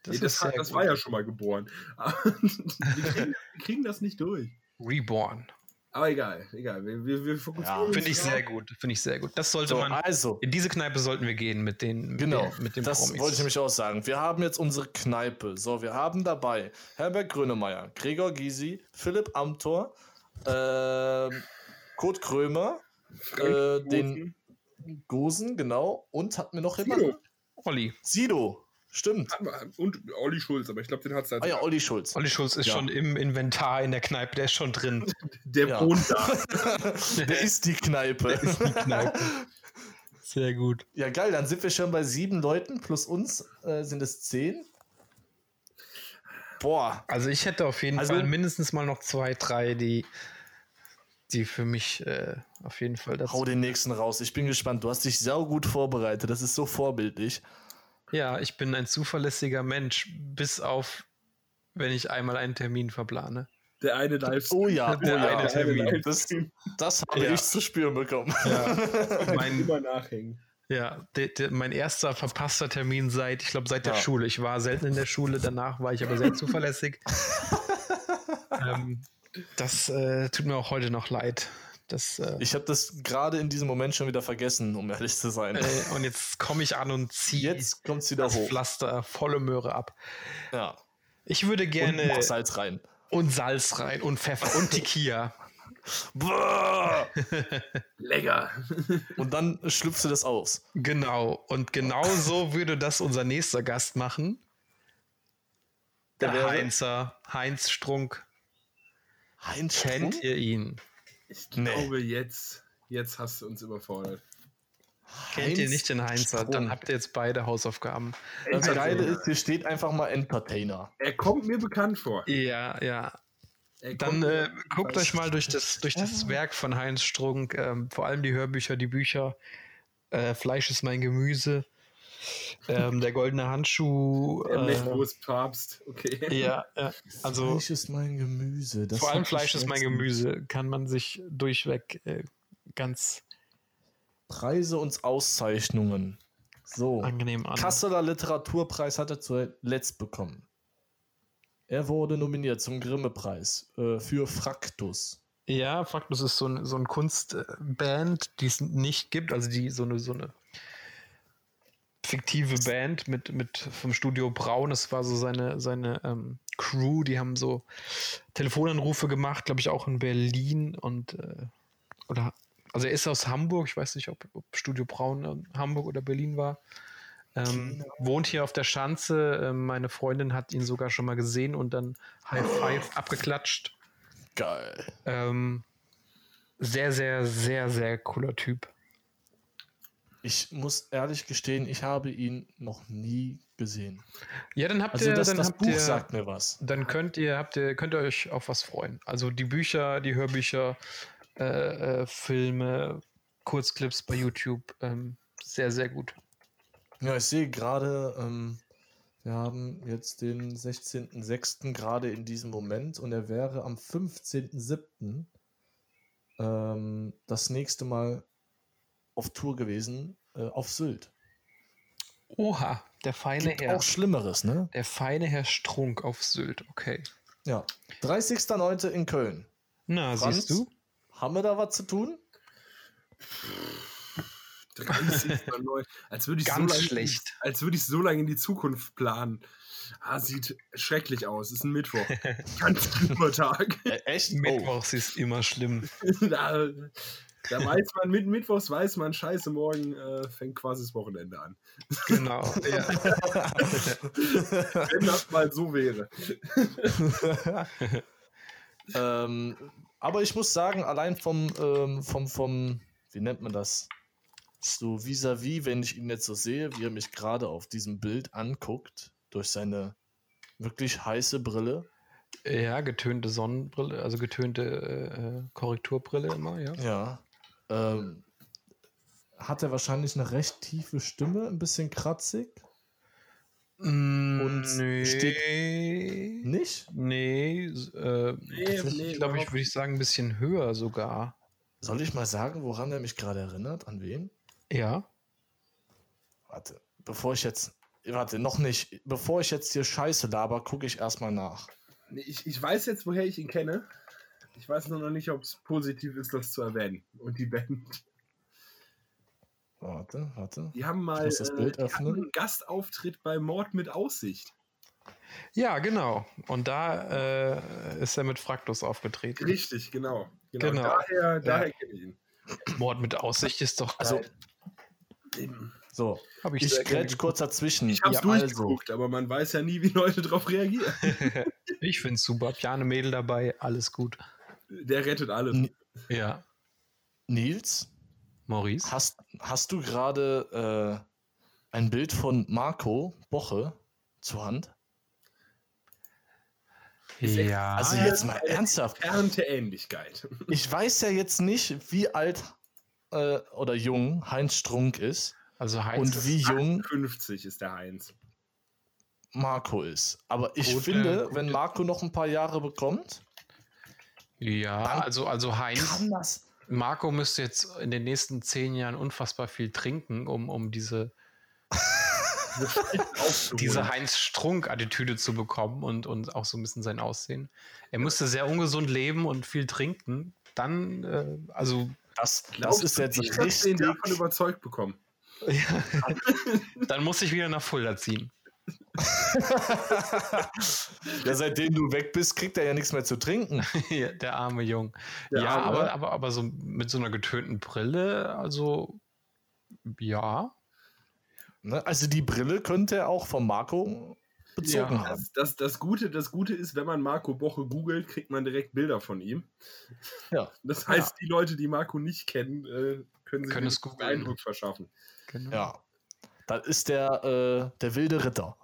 nee, das ist hat- sehr das gut. war ja schon mal geboren. wir, kriegen, wir kriegen das nicht durch. Reborn. Aber egal, egal. Wir, wir, wir fokussieren Ja. uns Finde ich drauf. sehr gut. Finde ich sehr gut. Das sollte So, man. also, In diese Kneipe sollten wir gehen mit den mit Genau, den- mit dem das Promis. wollte ich nämlich auch sagen. Wir haben jetzt unsere Kneipe. So, wir haben dabei Herbert Grönemeyer, Gregor Gysi, Philipp Amthor, ähm, Kurt Krömer, äh, den Gosen, genau, und hatten wir noch jemanden? Sido. Olli. Sido, stimmt. Hat man- Und Olli Schulz, aber ich glaube, den halt hat es Ah ja, Olli Schulz. Olli Schulz ist Ja. schon im Inventar in der Kneipe, der ist schon drin. Der Ja. wohnt da. Der ist die Kneipe. Sehr gut. ja, geil, dann sind wir schon bei sieben Leuten, plus uns äh, sind es zehn. Boah, Also ich hätte auf jeden Also- Fall mindestens mal noch zwei, drei, die, die für mich äh, auf jeden Fall das. hau den nächsten raus. Ich bin gespannt. Du hast dich sau gut vorbereitet. Das ist so vorbildlich. Ja, ich bin ein zuverlässiger Mensch, bis auf wenn ich einmal einen Termin verplane. Der eine Livestream. Oh ja, oh Der ja. eine Termin. Das, das habe Ja. ich zu spüren bekommen. mein, Immer nachhängen. ja, de, de, mein erster verpasster Termin seit, ich glaube, seit der Ja. Schule. Ich war selten in der Schule, danach war ich aber sehr zuverlässig. ähm, das äh, tut mir auch heute noch leid. Das, äh, Ich habe das gerade in diesem Moment schon wieder vergessen, um ehrlich zu sein. äh, und jetzt komme ich an und ziehe Jetzt kommt es wieder das hoch. Pflaster volle Möhre ab. Ja. Ich würde Und gerne noch Salz rein. und Salz rein und Pfeffer und Tequila. Brrr! Lecker. Und dann schlüpfst du das aus. Genau. Und genau so würde das unser nächster Gast machen. Der, Der wäre- Heinzer, Heinz Strunk. Heinz Kennt Strunk? ihr ihn? Ich Nee. glaube, jetzt, jetzt hast du uns überfordert. Kennt ihr nicht den Heinzer? Dann Strunk. habt ihr jetzt beide Hausaufgaben. Das Geile ist, hier steht einfach mal Entertainer. Also, Er kommt mir bekannt vor. Ja, ja. Er Dann kommt mir äh, bekannt guckt vor. euch mal durch das, durch das Werk von Heinz Strunk, ähm, vor allem die Hörbücher, die Bücher äh, Fleisch ist mein Gemüse, ähm, der goldene Handschuh. Der Äh, Mechtlos Papst. Okay. ja, ja, also Fleisch ist mein Gemüse. Das vor allem hat Fleisch ist mein Geschmack. Gemüse, kann man sich durchweg äh, ganz Preise und Auszeichnungen. So. angenehm an. Kasseler Literaturpreis hat er zuletzt bekommen. Er wurde nominiert zum Grimme-Preis äh, für Fraktus. Ja, Fraktus ist so ein, so ein Kunstband, die es nicht gibt, also die so eine, so eine fiktive Band mit, mit vom Studio Braun. Das war so seine, seine ähm, Crew, die haben so Telefonanrufe gemacht, glaube ich, auch in Berlin und äh, oder also er ist aus Hamburg, ich weiß nicht, ob, ob Studio Braun in Hamburg oder Berlin war. Ähm, wohnt hier auf der Schanze. Ähm, meine Freundin hat ihn sogar schon mal gesehen und dann High Five abgeklatscht. Geil. Ähm, sehr, sehr, sehr, sehr cooler Typ. Ich muss ehrlich gestehen, ich habe ihn noch nie gesehen. Ja, dann habt Also ihr, das, dann das habt Buch ihr, sagt mir was. dann könnt ihr, habt ihr, könnt ihr euch auf was freuen. Also die Bücher, die Hörbücher, äh, äh, Filme, Kurzclips bei YouTube, ähm, sehr, sehr gut. Ja, ich sehe gerade, ähm, wir haben jetzt den 16.06. gerade in diesem Moment und er wäre am 15.07. Ähm, das nächste Mal auf Tour gewesen, äh, auf Sylt. Oha, der feine Gibt Herr. auch Schlimmeres, ne? Der feine Herr Strunk auf Sylt, okay. Ja. 30.09. in Köln. Na, Franz, siehst du? Haben wir da was zu tun? 30.09. Als würde ich Ganz so lange, schlecht. Als würde ich so lange in die Zukunft planen. Ah, sieht schrecklich aus. Ist ein Mittwoch. Ganz schlimmer Tag. Ä- echt? Oh. Mittwochs ist immer schlimm. da, da weiß man, mit Mittwochs weiß man, scheiße, morgen äh, fängt quasi das Wochenende an. Genau. ja. Wenn das mal so wäre. Ähm, aber ich muss sagen, allein vom, ähm, vom, vom, wie nennt man das? So vis-à-vis, wenn ich ihn jetzt so sehe, wie er mich gerade auf diesem Bild anguckt, durch seine wirklich heiße Brille. ja, getönte Sonnenbrille, also getönte äh, äh, Korrekturbrille immer, ja. Ja. Ähm, hat er wahrscheinlich eine recht tiefe Stimme, ein bisschen kratzig? Und nee. steht. Nicht? Mm, Nee, s- äh, Nee, nee, ich glaube ich, überhaupt würde ich sagen, ein bisschen höher sogar. Soll ich mal sagen, woran er mich gerade erinnert? An wen? Ja. Warte, bevor ich jetzt. Warte, noch nicht. Bevor ich jetzt hier Scheiße laber, gucke ich erstmal nach. Nee, Ich, ich weiß jetzt, woher ich ihn kenne. Ich weiß nur noch nicht, ob es positiv ist, das zu erwähnen. Und die Band. Warte, warte. Die haben mal äh, muss das Bild die hatten öffnen. einen Gastauftritt bei Mord mit Aussicht. Ja, genau. Und da äh, ist er mit Fraktus aufgetreten. Richtig, genau. Genau. Genau. Daher, daher kenne ich ihn. Mord mit Aussicht ist doch. Also, geil. Eben. So, Hab ich sehr gerne grätsch kurz dazwischen. Ich hab's Ja, also. durchgeguckt, aber man weiß ja nie, wie Leute drauf reagieren. geguckt. Ich finde super. Piane-Mädel dabei, alles gut. Der rettet alles. Mhm. Ja. Nils, Maurice? hast, hast du gerade äh, ein Bild von Marco Boche zur Hand? Ja. Also ja. jetzt mal ernsthaft. Ernte Ähnlichkeit. Ich weiß ja jetzt nicht, wie alt äh, oder jung Heinz Strunk ist Also Heinz und ist- wie jung 50 ist der Heinz. Marco ist. Aber ich Gute- finde, äh, gute- wenn Marco noch ein paar Jahre bekommt, Ja, Dann- also, also Heinz. kann das. Marco müsste jetzt in den nächsten zehn Jahren unfassbar viel trinken, um, um diese, Aufgeholt. diese Heinz-Strunk-Attitüde zu bekommen und, und auch so ein bisschen sein Aussehen. Er müsste sehr ungesund leben und viel trinken. Dann, äh, also, Das, das Glaubst ist du, jetzt ich hab den richtig. davon überzeugt bekommen. dann muss ich wieder nach Fulda ziehen. ja, seitdem du weg bist, kriegt er ja nichts mehr zu trinken. Ja, Der arme Jung. Der ja, Arme. aber, aber, aber so mit so einer getönten Brille, also ja. Ne? Also die Brille könnte er auch von Marco bezogen Ja. haben. Das, das, das, Gute, das Gute ist, wenn man Marco Boche googelt, kriegt man direkt Bilder von ihm. Ja. Das heißt, die Leute, die Marco nicht kennen, äh, können sich Können es wenigstens einen googeln. Eindruck verschaffen. Genau. Ja. Das ist der, äh, der wilde Ritter.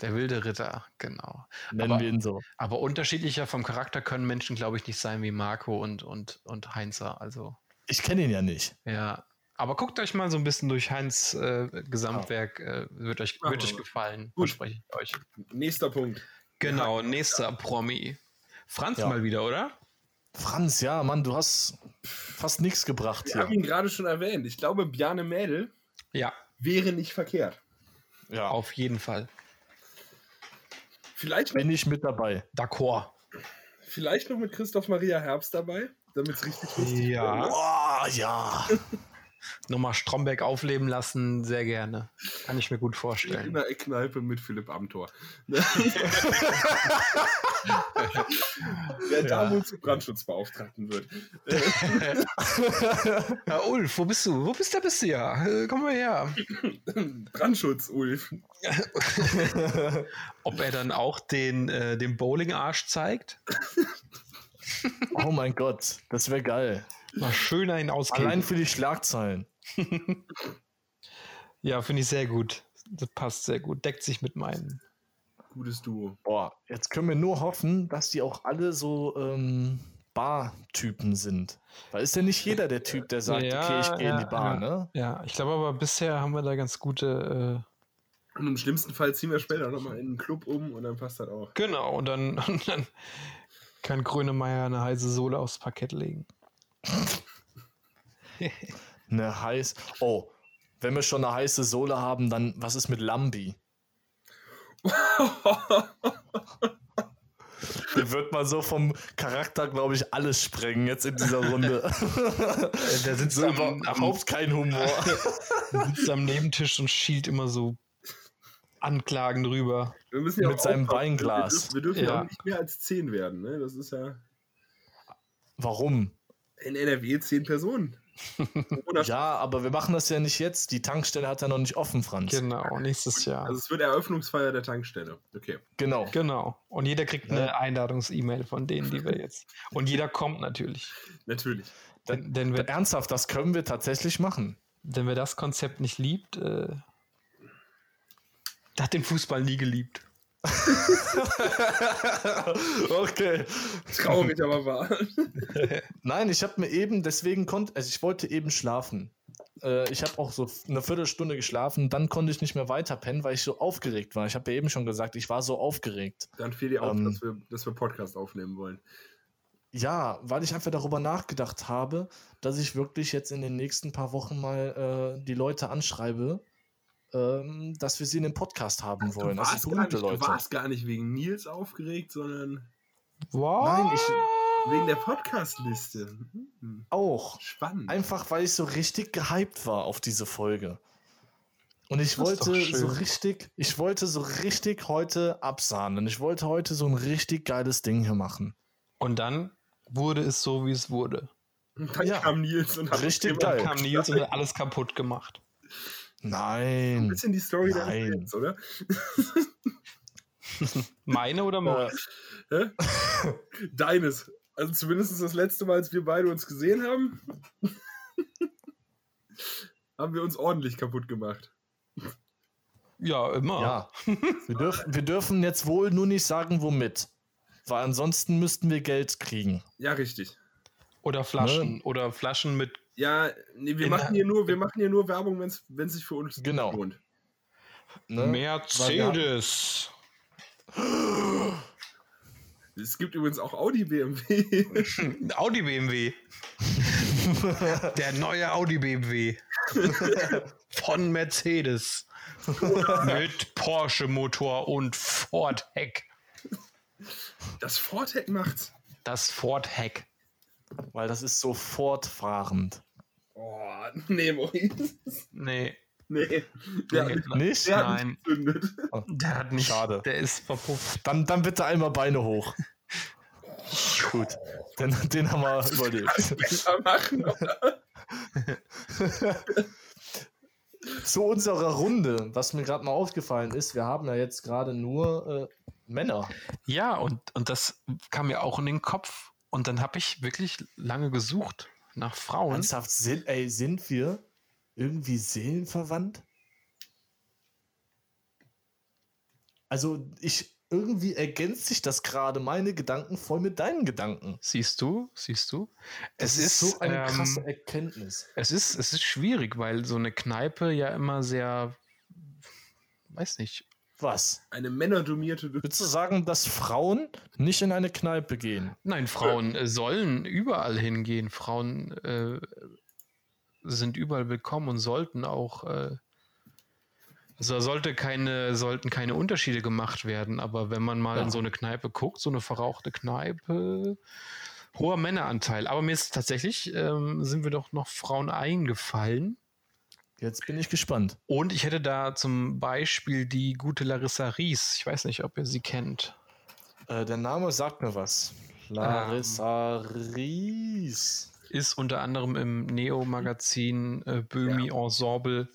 Der wilde Ritter, genau. Nennen Aber- wir ihn so. Aber unterschiedlicher vom Charakter können Menschen, glaube ich, nicht sein wie Marco und, und, und Heinzer. Also, Ich kenne ihn ja nicht. ja. Aber guckt euch mal so ein bisschen durch Heinz äh, Gesamtwerk, äh, wird, euch, Machen wird wir euch mal. gefallen, Gut. verspreche ich euch. Nächster Punkt. Genau, nächster Promi. Franz Ja. mal wieder, oder? Franz, ja, Mann, du hast fast nichts gebracht Ich hier. habe ihn gerade schon erwähnt. Ich glaube, Bjarne Mädel Ja, wäre nicht verkehrt. Ja, auf jeden Fall. Vielleicht, bin ich mit dabei. D'accord. vielleicht noch mit Christoph Maria Herbst dabei, damit es richtig lustig wird. Ja. Oh, ja. Nochmal Stromberg aufleben lassen, sehr gerne. Kann ich mir gut In vorstellen. der Eckkneipe mit Philipp Amthor. Wer da Ja. wohl zu Brandschutzbeauftragten wird. Ja, Ulf, wo bist du? Wo bist du? Da bist du ja. Äh, Komm mal her. Brandschutz, Ulf. Ob er dann auch den, äh, den Bowling-Arsch zeigt? Oh mein Gott, das wäre geil. Mal schön einen auskriegen. Allein für die Schlagzeilen. Ja, finde ich sehr gut. Das passt sehr gut. Deckt sich mit meinen. Gutes Duo. Boah, jetzt können wir nur hoffen, dass die auch alle so ähm, Bar-Typen sind. Weil ist ja nicht jeder der Typ, der sagt, Ja, okay, ich gehe in ja, die Bar, ja. ne? Ja, ich glaube aber bisher haben wir da ganz gute. äh, Und im schlimmsten Fall ziehen wir später nochmal in den Club um und dann passt das auch. Äh, genau, und dann, und dann kann Grönemeyer eine heiße Sohle aufs Parkett legen. Eine heiß. Oh, wenn wir schon eine heiße Sohle haben, dann was ist mit Lambi? Der wird mal so vom Charakter, glaube ich, alles sprengen jetzt in dieser Runde. der sitzt so am, am, überhaupt kein Humor. sitzt am Nebentisch und schielt immer so Anklagen drüber. Wir müssen ja Mit auch seinem aufpassen. Weinglas. Wir dürfen, wir dürfen Ja. ja. auch nicht mehr als 10 werden, ne? Das ist ja Warum? in NRW 10 Personen. Corona- Ja, aber wir machen das ja nicht jetzt. Die Tankstelle hat ja noch nicht offen, Franz. Genau, nächstes Jahr. Also es wird Eröffnungsfeier der Tankstelle. Okay. genau. Genau. Und jeder kriegt eine Einladungs-E-Mail von denen, die wir jetzt. Und jeder kommt natürlich. Natürlich. Denn, denn, Da- wer, Ernsthaft, das können wir tatsächlich machen. denn wer das Konzept nicht liebt, äh, der hat den Fußball nie geliebt. okay. Traurig, aber wahr. Nein, ich habe mir eben, deswegen konnte, also ich wollte eben schlafen. Äh, ich habe auch so eine Viertelstunde geschlafen, dann konnte ich nicht mehr weiter pennen, weil ich so aufgeregt war. Ich habe ja eben schon gesagt, ich war so aufgeregt. Dann fiel dir auf, Ähm. dass, wir, dass wir Podcast aufnehmen wollen. Ja, weil ich einfach darüber nachgedacht habe, dass ich wirklich jetzt in den nächsten paar Wochen mal äh, die Leute anschreibe, ähm, dass wir sie in den Podcast haben wollen. Also gar nicht, berühmte du Leute. warst gar nicht wegen Nils aufgeregt, sondern Wow. Nein, ich- Wegen der Podcast-Liste. Mhm. Auch. Hm. Spannend. Einfach, weil ich so richtig gehypt war auf diese Folge. Und ich Das ist doch wollte schön. so richtig, ich wollte so richtig heute absahnen. Ich wollte heute so ein richtig geiles Ding hier machen. Und dann wurde es so, wie es wurde. Und dann Ja. kam Nils und hat das Richtig Thema- geil. Dann kam Nils und hat alles kaputt gemacht. Ein Nein. bisschen die Story deines Nein. Lebens, oder? Meine oder Äh, meine? Hä? Deines. Also zumindest das letzte Mal, als wir beide uns gesehen haben, haben wir uns ordentlich kaputt gemacht. Ja, immer. ja. Wir, dürf, wir dürfen jetzt wohl nur nicht sagen, womit. Weil ansonsten müssten wir Geld kriegen. Ja, richtig. Oder Ne? Flaschen. Oder Flaschen mit. Ja, nee, wir In- machen hier nur, wir machen hier nur Werbung, wenn es sich für uns Genau. lohnt. Ne? Mercedes. Es gibt übrigens auch Audi BMW. Audi BMW. Der neue Audi BMW. Von Mercedes. Mit Porsche Motor und Ford Heck. Das Fortec macht's. Das Ford Heck. Weil das ist so fortfahrend. Oh, nee, Maurice. Nee. Nee. Der, nee, Nicht? Oh. der hat Nein. mich gezündet. Der hat nicht. Schade. Der ist verpufft. Dann, dann bitte einmal Beine hoch. Gut. Den, den haben wir überlebt. Besser machen. Zu unserer Runde, was mir gerade mal aufgefallen ist, wir haben ja jetzt gerade nur äh, Männer. Ja, und, und das kam mir auch in den Kopf. Und dann habe ich wirklich lange gesucht nach Frauen. Ernsthaft, sind, ey, sind wir irgendwie seelenverwandt? Also, ich irgendwie ergänzt sich das gerade meine Gedanken voll mit deinen Gedanken. Siehst du, siehst du. Das Es ist, so eine ähm, krasse Erkenntnis. Es ist, es ist schwierig, weil so eine Kneipe ja immer sehr, weiß nicht. Was? Eine männerdomierte Willst du sagen, dass Frauen nicht in eine Kneipe gehen? Nein, Frauen äh, sollen überall hingehen. Frauen äh, sind überall willkommen und sollten auch. Äh, also sollte keine, sollten keine Unterschiede gemacht werden, aber wenn man mal Ja. in so eine Kneipe guckt, so eine verrauchte Kneipe, hoher Männeranteil. Aber mir ist tatsächlich, ähm, sind wir doch noch Frauen eingefallen. Jetzt bin ich gespannt. Und ich hätte da zum Beispiel die gute Larissa Ries. Ich weiß nicht, ob ihr sie kennt. Äh, der Name sagt mir was. Larissa Ries. Ist unter anderem im Neo-Magazin äh, Böhmi Ensemble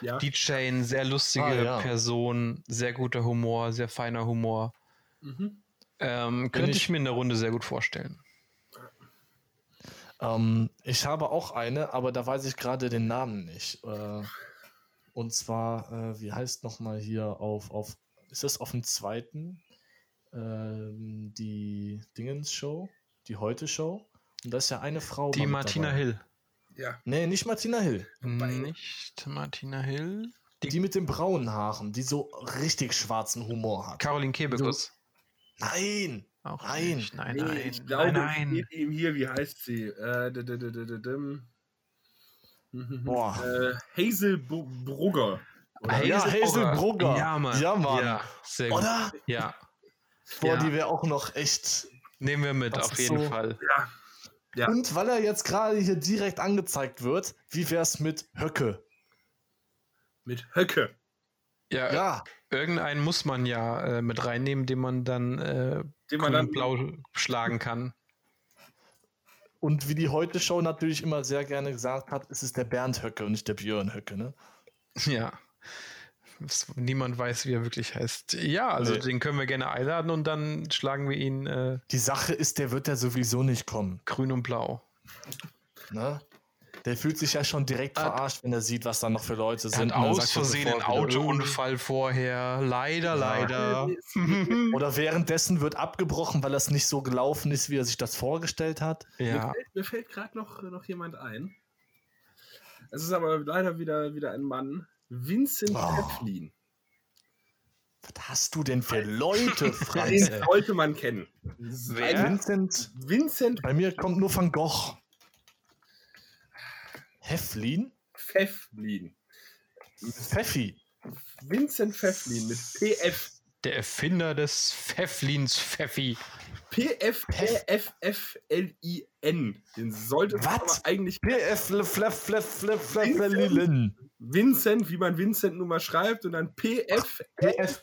Ja. DJ, sehr lustige Ah, ja. Person, sehr guter Humor, sehr feiner Humor. Mhm. Ähm, könnte ich, ich- mir in der Runde sehr gut vorstellen. Ähm, ich habe auch eine, aber da weiß ich gerade den Namen nicht. Äh, und zwar, äh, wie heißt nochmal hier auf, auf, ist das auf dem zweiten? Ähm, die Dingens-Show, die Heute-Show. Und da ist ja eine Frau. Die mal mit Martina dabei. Hill. Ja. Nee, nicht Martina Hill. Nicht Martina Hill. Die- Die, mit den braunen Haaren, die so richtig schwarzen Humor hat. Caroline Kebekus. Nein! Auch Nein. nicht. Nein, Nee, nein, ich glaube, nein, es nein. geht ihm hier, wie heißt sie? Äh, d- d- d- d- d- dim. Mhm. Boah. Äh, Hazel Bu- Brugger. Ah, ja, Hazel Brugger. Äh, Ja, Mann. Ja, Mann. Ja, sehr gut. Oder? Ja. Boah, Ja. die wäre auch noch echt. Nehmen wir mit, Das auf ist jeden so- Fall. Ja. Und weil er jetzt gerade hier direkt angezeigt wird, wie wär's mit Höcke? Mit Höcke. Ja, Ja, irgendeinen muss man ja äh, mit reinnehmen, den man dann, äh, Den man grün dann und blau schlagen kann. und wie die heute Show natürlich immer sehr gerne gesagt hat, es ist der Bernd Höcke und nicht der Björn Höcke, ne? ja. Es, niemand weiß, wie er wirklich heißt. Ja, also Nee. den können wir gerne einladen und dann schlagen wir ihn äh, Die Sache ist, der wird ja sowieso nicht kommen, grün und blau. ne? Der fühlt sich ja schon direkt Hat- verarscht, wenn er sieht, was da noch für Leute Äh. Er sind. hat und dann aus sagt er Versehen einen sofort wieder, Autounfall vorher. Leider, Ah, leider. "Äh." Oder währenddessen wird abgebrochen, weil das nicht so gelaufen ist, wie er sich das vorgestellt hat. ja. Mir fällt, mir fällt gerade noch, noch jemand ein. Es ist aber leider wieder, wieder ein Mann. Vincent Oh. Pfefflin. Was hast du denn für Leute, Den Franz? ey? sollte man kennen. Wer? Vincent Vincent Bei mir kommt nur Van Gogh. Hefflin? Pfefflin. Pfeffi. Vincent Pfefflin mit PF. Der Erfinder des Pfefflins Pfeffi. PFFFLIN. Den sollte man Was? aber eigentlich PF Flaff Flaff Flaff Flaff Lillen. Vincent, wie man Vincent nun mal schreibt, und dann PF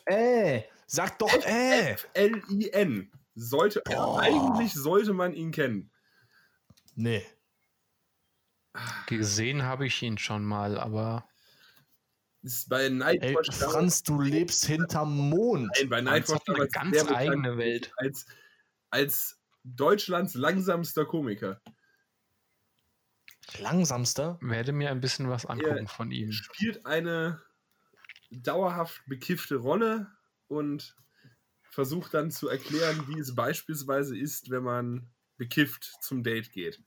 äh. Sag doch äh. PFFFLIN. Sollte, Boah. eigentlich sollte man ihn kennen. Nee. Gesehen habe ich ihn schon mal, aber Ist bei Ey, Nightwatch damals- Franz, du lebst hinterm Mond. Nein, bei Nightwatch hat eine damals ganz sehr bekannt eigene Welt. Als, als Deutschlands langsamster Komiker. Langsamster? werde mir ein bisschen was Ja. angucken von ihm. spielt eine dauerhaft bekiffte Rolle und versucht dann zu erklären, wie es beispielsweise ist, wenn man bekifft zum Date geht.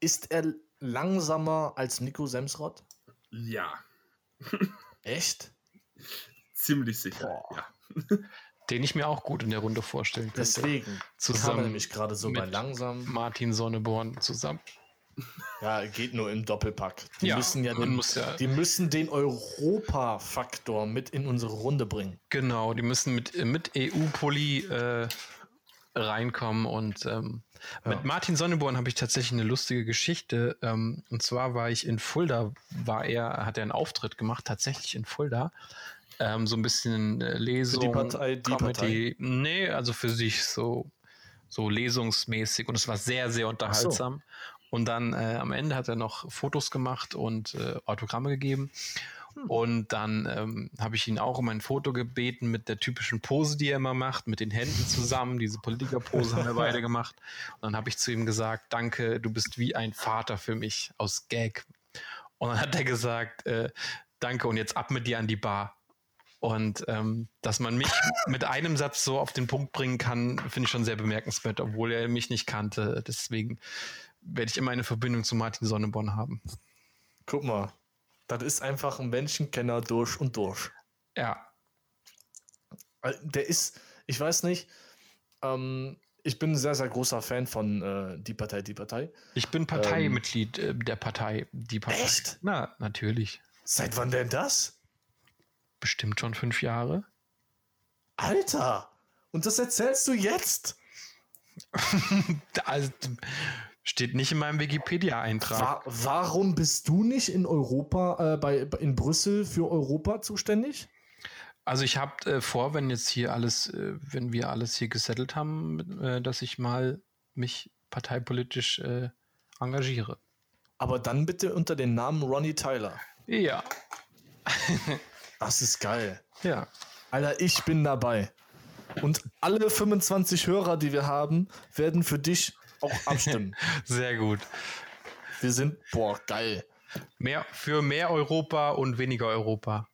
Ist er langsamer als Nico Semsrott? Ja, Echt? ziemlich sicher. Boah. Ja. Den ich mir auch gut in der Runde vorstellen könnte. Deswegen. Kam er Zusammen nämlich gerade so bei mit- langsam. Martin Sonneborn zusammen. Ja, geht nur im Doppelpack. Die Ja, müssen ja man den, muss ja- die müssen den Europa-Faktor mit in unsere Runde bringen. Genau, die müssen mit, mit EU-Pulli äh, reinkommen. Und ähm, Ja. mit Martin Sonneborn habe ich tatsächlich eine lustige Geschichte. Ähm, und zwar war ich in Fulda, war er, hat er einen Auftritt gemacht, tatsächlich in Fulda. Ähm, so ein bisschen äh, Lesung. Partei, die Comedy. Nee, also für sich so, so lesungsmäßig. Und es war sehr, sehr unterhaltsam. Und dann äh, am Ende hat er noch Fotos gemacht und äh, Autogramme gegeben. Und dann ähm, habe ich ihn auch um ein Foto gebeten mit der typischen Pose, die er immer macht, mit den Händen zusammen. Diese Politikerpose haben wir beide gemacht. Und dann habe ich zu ihm gesagt, danke, du bist wie ein Vater für mich aus Gag. Und dann hat er gesagt, äh, danke und jetzt ab mit dir an die Bar. Und ähm, dass man mich mit einem Satz so auf den Punkt bringen kann, finde ich schon sehr bemerkenswert, obwohl er mich nicht kannte. Deswegen werde ich immer eine Verbindung zu Martin Sonneborn haben. Guck mal, das ist einfach ein Menschenkenner durch und durch. Ja, Äh, Der ist, ich weiß nicht, ähm, ich bin ein sehr, sehr großer Fan von äh, Die Partei, Die Partei. ich bin Parteimitglied äh, der Partei, die Partei. Echt? Na, natürlich. Seit wann denn das? Bestimmt schon fünf Jahre. Alter! Und das erzählst du jetzt? Da- also, steht nicht in meinem Wikipedia-Eintrag. Wa warum bist du nicht in Europa, äh, bei, bei- in Brüssel für Europa zuständig? Also ich habe äh, vor, wenn jetzt hier alles, äh, wenn wir alles hier gesettelt haben, äh, dass ich mal mich parteipolitisch äh, engagiere. Aber dann bitte unter dem Namen Ronnie Tyler. Ja, Das ist geil. ja. Alter, ich bin dabei. Und alle 25 Hörer, die wir haben, werden für dich auch abstimmen. Sehr gut. wir sind, boah, geil. Mehr, für mehr Europa und weniger Europa.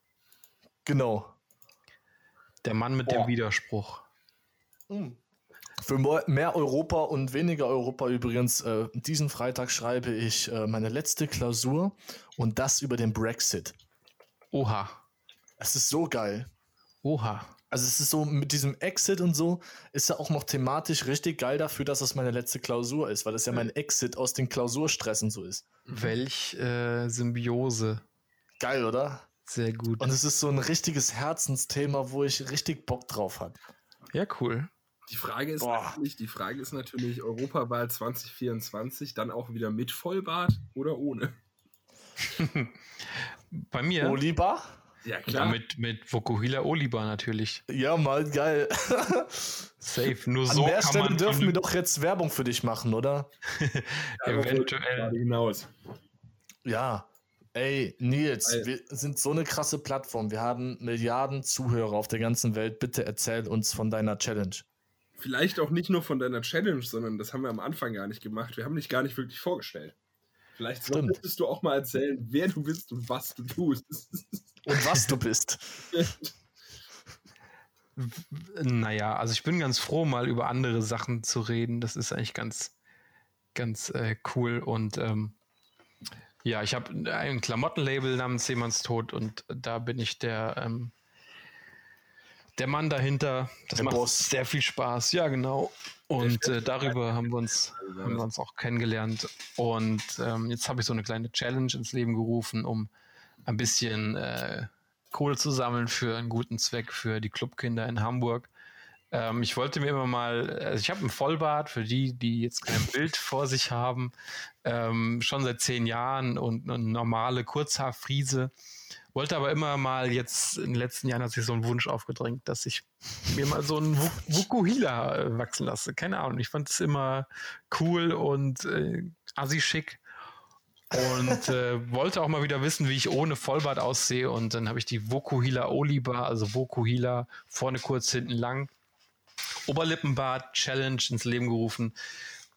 Genau. Der Mann mit Boah. dem Widerspruch. Für mo- mehr Europa und weniger Europa übrigens, äh, diesen Freitag schreibe ich äh, meine letzte Klausur und das über den Brexit. Oha. Es ist so geil. Oha. Also es ist so mit diesem Exit und so ist ja auch noch thematisch richtig geil dafür, dass das meine letzte Klausur ist, weil das ja mein Exit aus den Klausurstressen so ist. Welch äh, Symbiose. Geil, oder? Sehr gut. Und es ist so ein richtiges Herzensthema, wo ich richtig Bock drauf habe. Ja, cool. Die Frage ist Boah. natürlich, die Frage ist natürlich Europawahl 2024 dann auch wieder mit Vollbart oder ohne? Bei mir. Oliver? Ja ja, klar. mit, mit Vokuhila Oliba natürlich. Ja, mal geil. Safe. Nur An so der kann Stelle man dürfen wir doch jetzt Werbung für dich machen, oder? Darauf wollte ich eventuell- gerade hinaus. Ja. Ey, Nils, Geil. wir sind so eine krasse Plattform. Wir haben Milliarden Zuhörer auf der ganzen Welt. Bitte erzähl uns von deiner Challenge. Vielleicht auch nicht nur von deiner Challenge, sondern das haben wir am Anfang gar nicht gemacht. Wir haben dich gar nicht wirklich vorgestellt. Vielleicht Stimmt. solltest du auch mal erzählen, wer du bist und was du tust. Und was du bist. Naja, also ich bin ganz froh, mal über andere Sachen zu reden. Das ist eigentlich ganz, ganz äh, cool. Und ähm, ja, ich habe ein Klamottenlabel namens Seemanns Tod und da bin ich der, ähm, der Mann dahinter. Das Der macht Boss. sehr viel Spaß, ja, genau. Und Chef äh, darüber haben wir uns haben wir uns auch kennengelernt. Und ähm, jetzt habe ich so eine kleine Challenge ins Leben gerufen, um ein bisschen äh, Kohle zu sammeln für einen guten Zweck für die Clubkinder in Hamburg. Ähm, ich wollte mir immer mal, also ich habe einen Vollbart für die, die jetzt kein Bild vor sich haben, ähm, schon seit zehn Jahren und eine normale Kurzhaarfriese. Wollte aber immer mal jetzt in den letzten Jahren hat sich so ein Wunsch aufgedrängt, dass ich mir mal so einen Vuk- Vukuhila äh, wachsen lasse. Keine Ahnung, ich fand es immer cool und äh, assi schick und äh, wollte auch mal wieder wissen, wie ich ohne Vollbart aussehe. Und dann habe ich die Vokuhila Oliba, also Vokuhila vorne kurz, hinten lang, Oberlippenbart Challenge ins Leben gerufen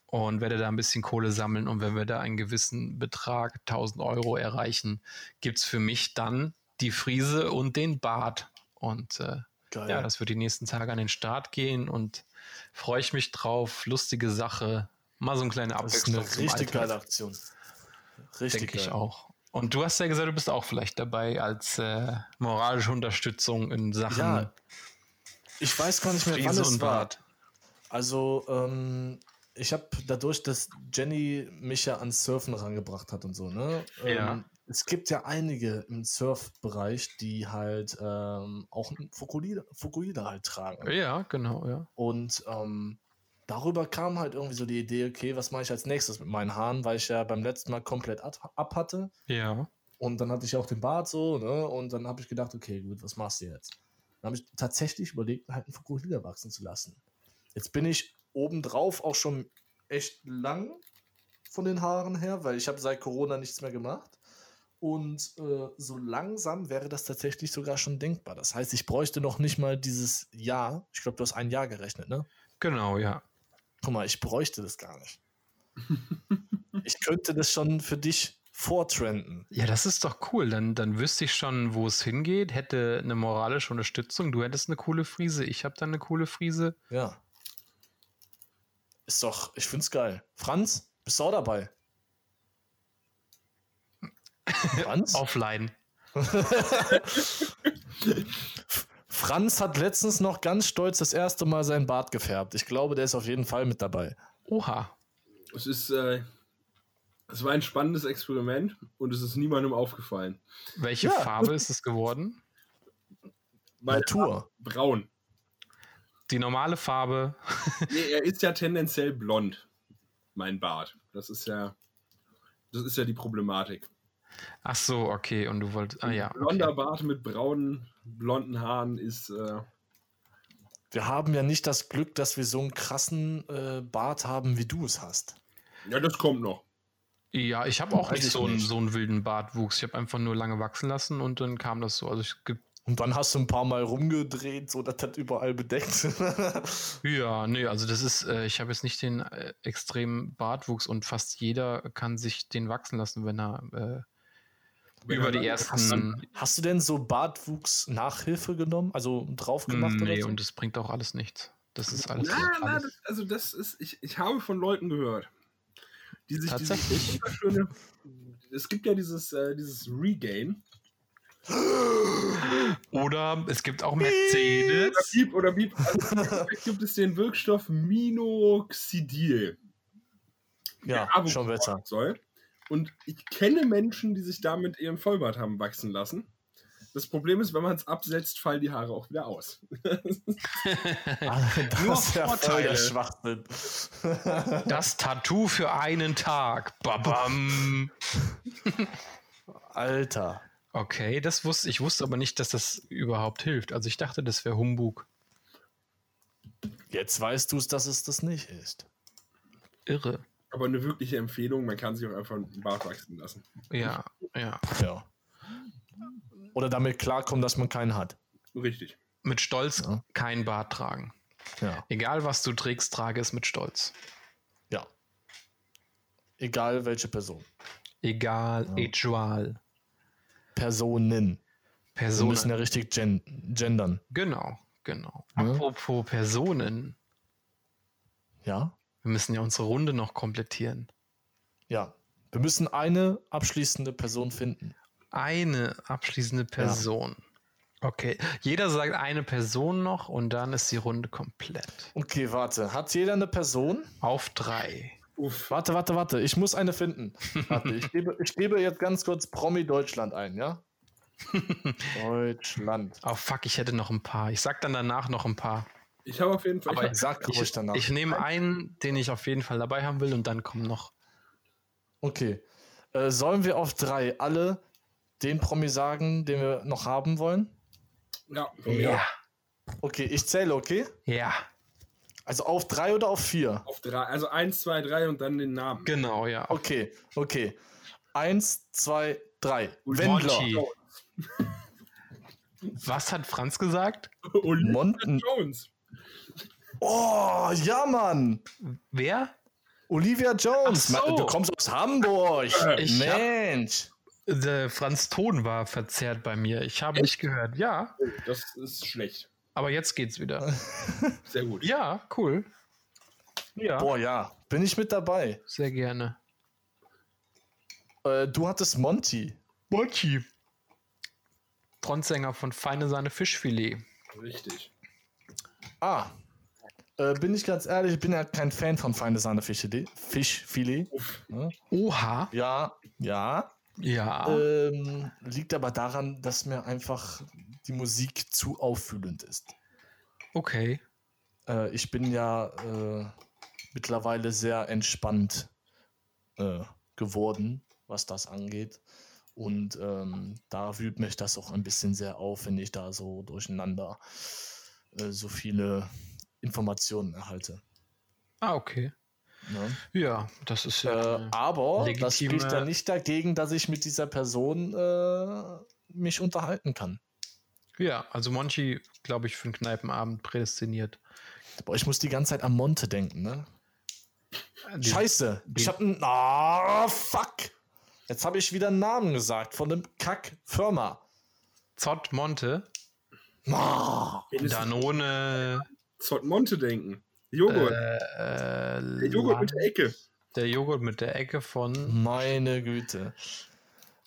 und werde da ein bisschen Kohle sammeln. Und wenn wir da einen gewissen Betrag, 1000 Euro erreichen, gibt es für mich dann die Frise und den Bart. Und äh, Geil. ja, das wird die nächsten Tage an den Start gehen und freue ich mich drauf. Lustige Sache. Mal so ein kleiner das ist eine Abwechslung. zum richtig Alltag. geile Aktion. Richtig Denke geil. ich auch. Und du hast ja gesagt, du bist auch vielleicht dabei als äh, moralische Unterstützung in Sachen Ja, Ich weiß gar nicht mehr, wann Frise es Hm. und war. Bart. Also, ähm, ich habe dadurch, dass Jenny mich ja ans Surfen rangebracht hat und so, ne? Ähm, Ja. Es gibt ja einige im Surfbereich, die halt ähm, auch einen Fukuhila, Fukuhila halt tragen. Ja, genau, ja. Und ähm, darüber kam halt irgendwie so die Idee, okay, was mache ich als nächstes mit meinen Haaren, weil ich ja beim letzten Mal komplett ab, ab hatte. Ja. Und dann hatte ich ja auch den Bart so, ne? Und dann habe ich gedacht, okay, gut, was machst du jetzt? Dann habe ich tatsächlich überlegt, halt einen Fukuhila wachsen zu lassen. Jetzt bin ich obendrauf auch schon echt lang von den Haaren her, weil ich habe seit Corona nichts mehr gemacht. Und äh, so langsam wäre das tatsächlich sogar schon denkbar. Das heißt, ich bräuchte noch nicht mal dieses Jahr. Ich glaube, du hast ein Jahr gerechnet, ne? Genau, ja. Guck mal, ich bräuchte das gar nicht. ich könnte das schon für dich vortrenden. Ja, das ist doch cool. Dann, dann wüsste ich schon, wo es hingeht, hätte eine moralische Unterstützung. Du hättest eine coole Frise, ich habe dann eine coole Frise. Ja. Ist doch, ich find's geil. Franz, bist du auch dabei? Franz? Offline. Franz hat letztens noch ganz stolz das erste Mal seinen Bart gefärbt. Ich glaube, der ist auf jeden Fall mit dabei. Oha. Es ist, äh, es war ein spannendes Experiment und es ist niemandem aufgefallen. Welche Ja. Farbe ist es geworden? Weil Natur. braun. Die normale Farbe. Nee, er ist ja tendenziell blond, mein Bart. Das ist ja, das ist ja die Problematik. Ach so, okay. Und du wolltest. Ah ja. Blonder Okay. Bart mit braunen, blonden Haaren ist, äh, Wir haben ja nicht das Glück, dass wir so einen krassen äh, Bart haben, wie du es hast. ja, das kommt noch. Ja, ich habe auch Weiß nicht ich so, einen, nicht. so einen wilden Bartwuchs. Ich habe einfach nur lange wachsen lassen und dann kam das so. Also ich ge- Und dann hast du ein paar Mal rumgedreht, so dass das überall bedeckt. ja, nee, also das ist, äh, ich habe jetzt nicht den äh, extremen Bartwuchs und fast jeder kann sich den wachsen lassen, wenn er äh, Wenn über er die dann- ersten hast du denn so Bartwuchs-Nachhilfe genommen? Also drauf gemacht Mm, oder nee, so? und das bringt auch alles nichts. Das ist alles. Na, na, alles. das, also das ist, ich, ich habe von Leuten gehört, die sich Tatsächlich? dieses wunderschöne, es gibt ja dieses, äh, dieses Regain, Oder es gibt auch Mercedes. Piep oder Piep, also gibt es den Wirkstoff Minoxidil. ja, Ja, aber- schon besser. soll. Und ich kenne Menschen, die sich damit ihren Vollbart haben wachsen lassen. Das Problem ist, wenn man es absetzt, fallen die Haare auch wieder aus. Das Nur ist ja voll der Vorteile. Schwachsinn. Das Tattoo für einen Tag. Babam. Alter. Okay, das wusste ich wusste aber nicht, dass das überhaupt hilft. Also ich dachte, das wäre Humbug. Jetzt weißt du es, dass es das nicht ist. Irre. Aber eine wirkliche Empfehlung, man kann sich auch einfach einen Bart wachsen lassen. Ja, ja. Ja. Oder damit klarkommen, dass man keinen hat. Richtig. Mit Stolz Ja. kein Bart tragen. Ja. Egal was du trägst, trage es mit Stolz. Ja. Egal welche Person. Egal, Ja. egal. Personen. Wir Personen. müssen ja richtig gen gendern. Genau, genau. Ja. Apropos Personen. Ja? Wir müssen ja unsere Runde noch komplettieren. Ja. Wir müssen eine abschließende Person finden. Eine abschließende Person. Okay. Jeder sagt eine Person noch und dann ist die Runde komplett. Okay, warte. Hat jeder eine Person? Auf drei. Uff. Warte, warte, warte. Ich muss eine finden. Warte, ich gebe, ich gebe jetzt ganz kurz Promi Deutschland ein, ja? Deutschland. Oh fuck, ich hätte noch ein paar. Ich sag dann danach noch ein paar. Ich habe auf jeden Fall. Aber ich sag Ich, ruhig danach. ich nehme einen, den ich auf jeden Fall dabei haben will und dann kommen noch. Okay. Äh, sollen wir auf drei alle den Promi sagen, den wir noch haben wollen? hab, ja, Ja. Okay, ich zähle, okay? Ja, Also auf drei oder auf vier? auf drei. Also eins, zwei, drei und dann den Namen. genau, ja. Okay, okay. Eins, zwei, drei. Und Wendler. Monty. Was hat Franz gesagt? Olivia Monten. Jones. Oh, ja, Mann. Wer? Olivia Jones. Ach so. Du kommst aus Hamburg. Ich hab- Mensch. Der Franz Ton war verzerrt bei mir. Ich habe nicht gehört. Ja, Oh, das ist schlecht. aber jetzt geht's wieder. Sehr gut. Ja, cool. Ja, Boah, ja. Bin ich mit dabei. sehr gerne. Äh, du hattest Monty. Monty. Frontsänger von Feine Sahne Fischfilet. Richtig. Ah. Äh, bin ich ganz ehrlich, ich bin ja kein Fan von Feine Sahne Fischfilet. Fischfilet. Uff. Ne? Oha. Ja, ja. Ja. Ähm, liegt aber daran, dass mir einfach die Musik zu auffühlend ist. okay. Äh, ich bin ja äh, mittlerweile sehr entspannt äh, geworden, was das angeht. Und ähm, da wühlt mich das auch ein bisschen sehr auf, wenn ich da so durcheinander äh, so viele Informationen erhalte. Ah, okay. Ne? Ja, das ist ja. Äh, aber das legitime- spricht ja nicht dagegen, dass ich mit dieser Person äh, mich unterhalten kann. ja, also Monty, glaube ich, für einen Kneipenabend prädestiniert. Boah, ich muss die ganze Zeit an Monte denken, ne? Die- Scheiße, ich hab einen. Ah, fuck! Jetzt habe ich wieder einen Namen gesagt von einem Kack-Firma. Zott Monte. Ah, Mindestens Danone. Zott Monte denken. Joghurt. Äh, äh, der Joghurt mit der Mhm. Ecke. der Joghurt mit der Ecke von meine Güte.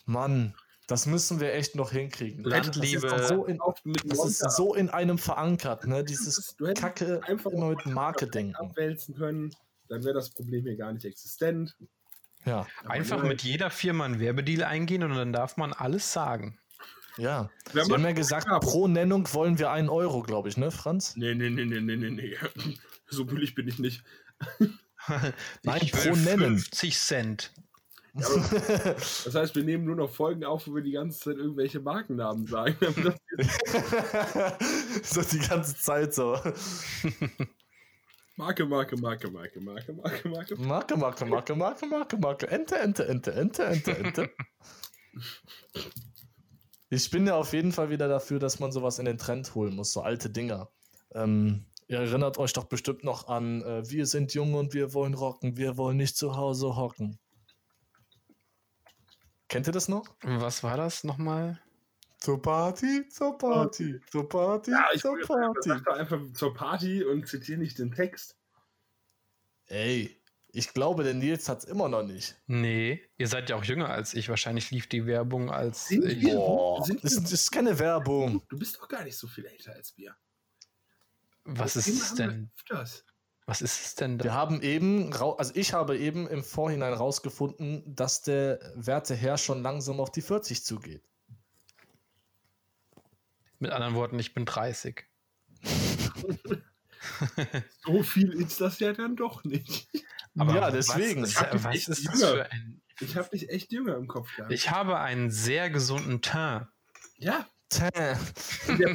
Mann, das müssen wir echt noch hinkriegen. Landliebe. Das ist, doch so in, Auf mit das ist Monte so in einem verankert, ne? Dieses hättest- du hättest Kacke einfach immer mit Marke denken. abwälzen können, dann wäre das Problem hier gar nicht existent. Ja, Einfach mit jeder Firma einen Werbedeal eingehen und dann darf man alles sagen. ja. Wenn Wir haben man, ja gesagt, pro Nennung wollen wir einen Euro, glaube ich, ne, Franz? nee, nee, nee, nee, nee, nee, nee. So billig bin ich nicht. Nein, ich pro Nennen. 50 Cent. Ja, aber- das heißt, wir nehmen nur noch Folgen auf, wo wir die ganze Zeit irgendwelche Markennamen sagen. Das so die ganze Zeit so. Marke, Marke, Marke, Marke, Marke, Marke, Marke. Marke, Marke, Marke, Marke, Marke, Marke. Ente, Ente, Ente, Ente, Ente, Ente. Ich bin ja auf jeden Fall wieder dafür, dass man sowas in den Trend holen muss, so alte Dinger. Ähm, ihr erinnert euch doch bestimmt noch an, äh, wir sind jung und wir wollen rocken, wir wollen nicht zu Hause hocken. Kennt ihr das noch? Was war das nochmal? Zur Party, zur Party, zur Party, Ja, ich zur Party. sag doch einfach zur Party und zitiere nicht den Text. Ey, ich glaube, der Nils hat's immer noch nicht. Nee, ihr seid ja auch jünger als ich. Wahrscheinlich lief die Werbung als. Sind ich- wir? Boah, sind- das ist, das ist keine Werbung. Du bist doch gar nicht so viel älter als wir. Was ist Immer es haben denn? wir öfters. Was ist es denn Wir da? haben eben, rau- also ich habe eben im Vorhinein rausgefunden, dass der Werteherr schon langsam auf die 40 zugeht. Mit anderen Worten, ich bin 30. So viel ist das ja dann doch nicht. ja, deswegen. Was ist, Ich hab dich was echt ist das jünger. für ein. Ich habe dich echt jünger im Kopf gehabt. Ich habe einen sehr gesunden Teint. ja, Tja. der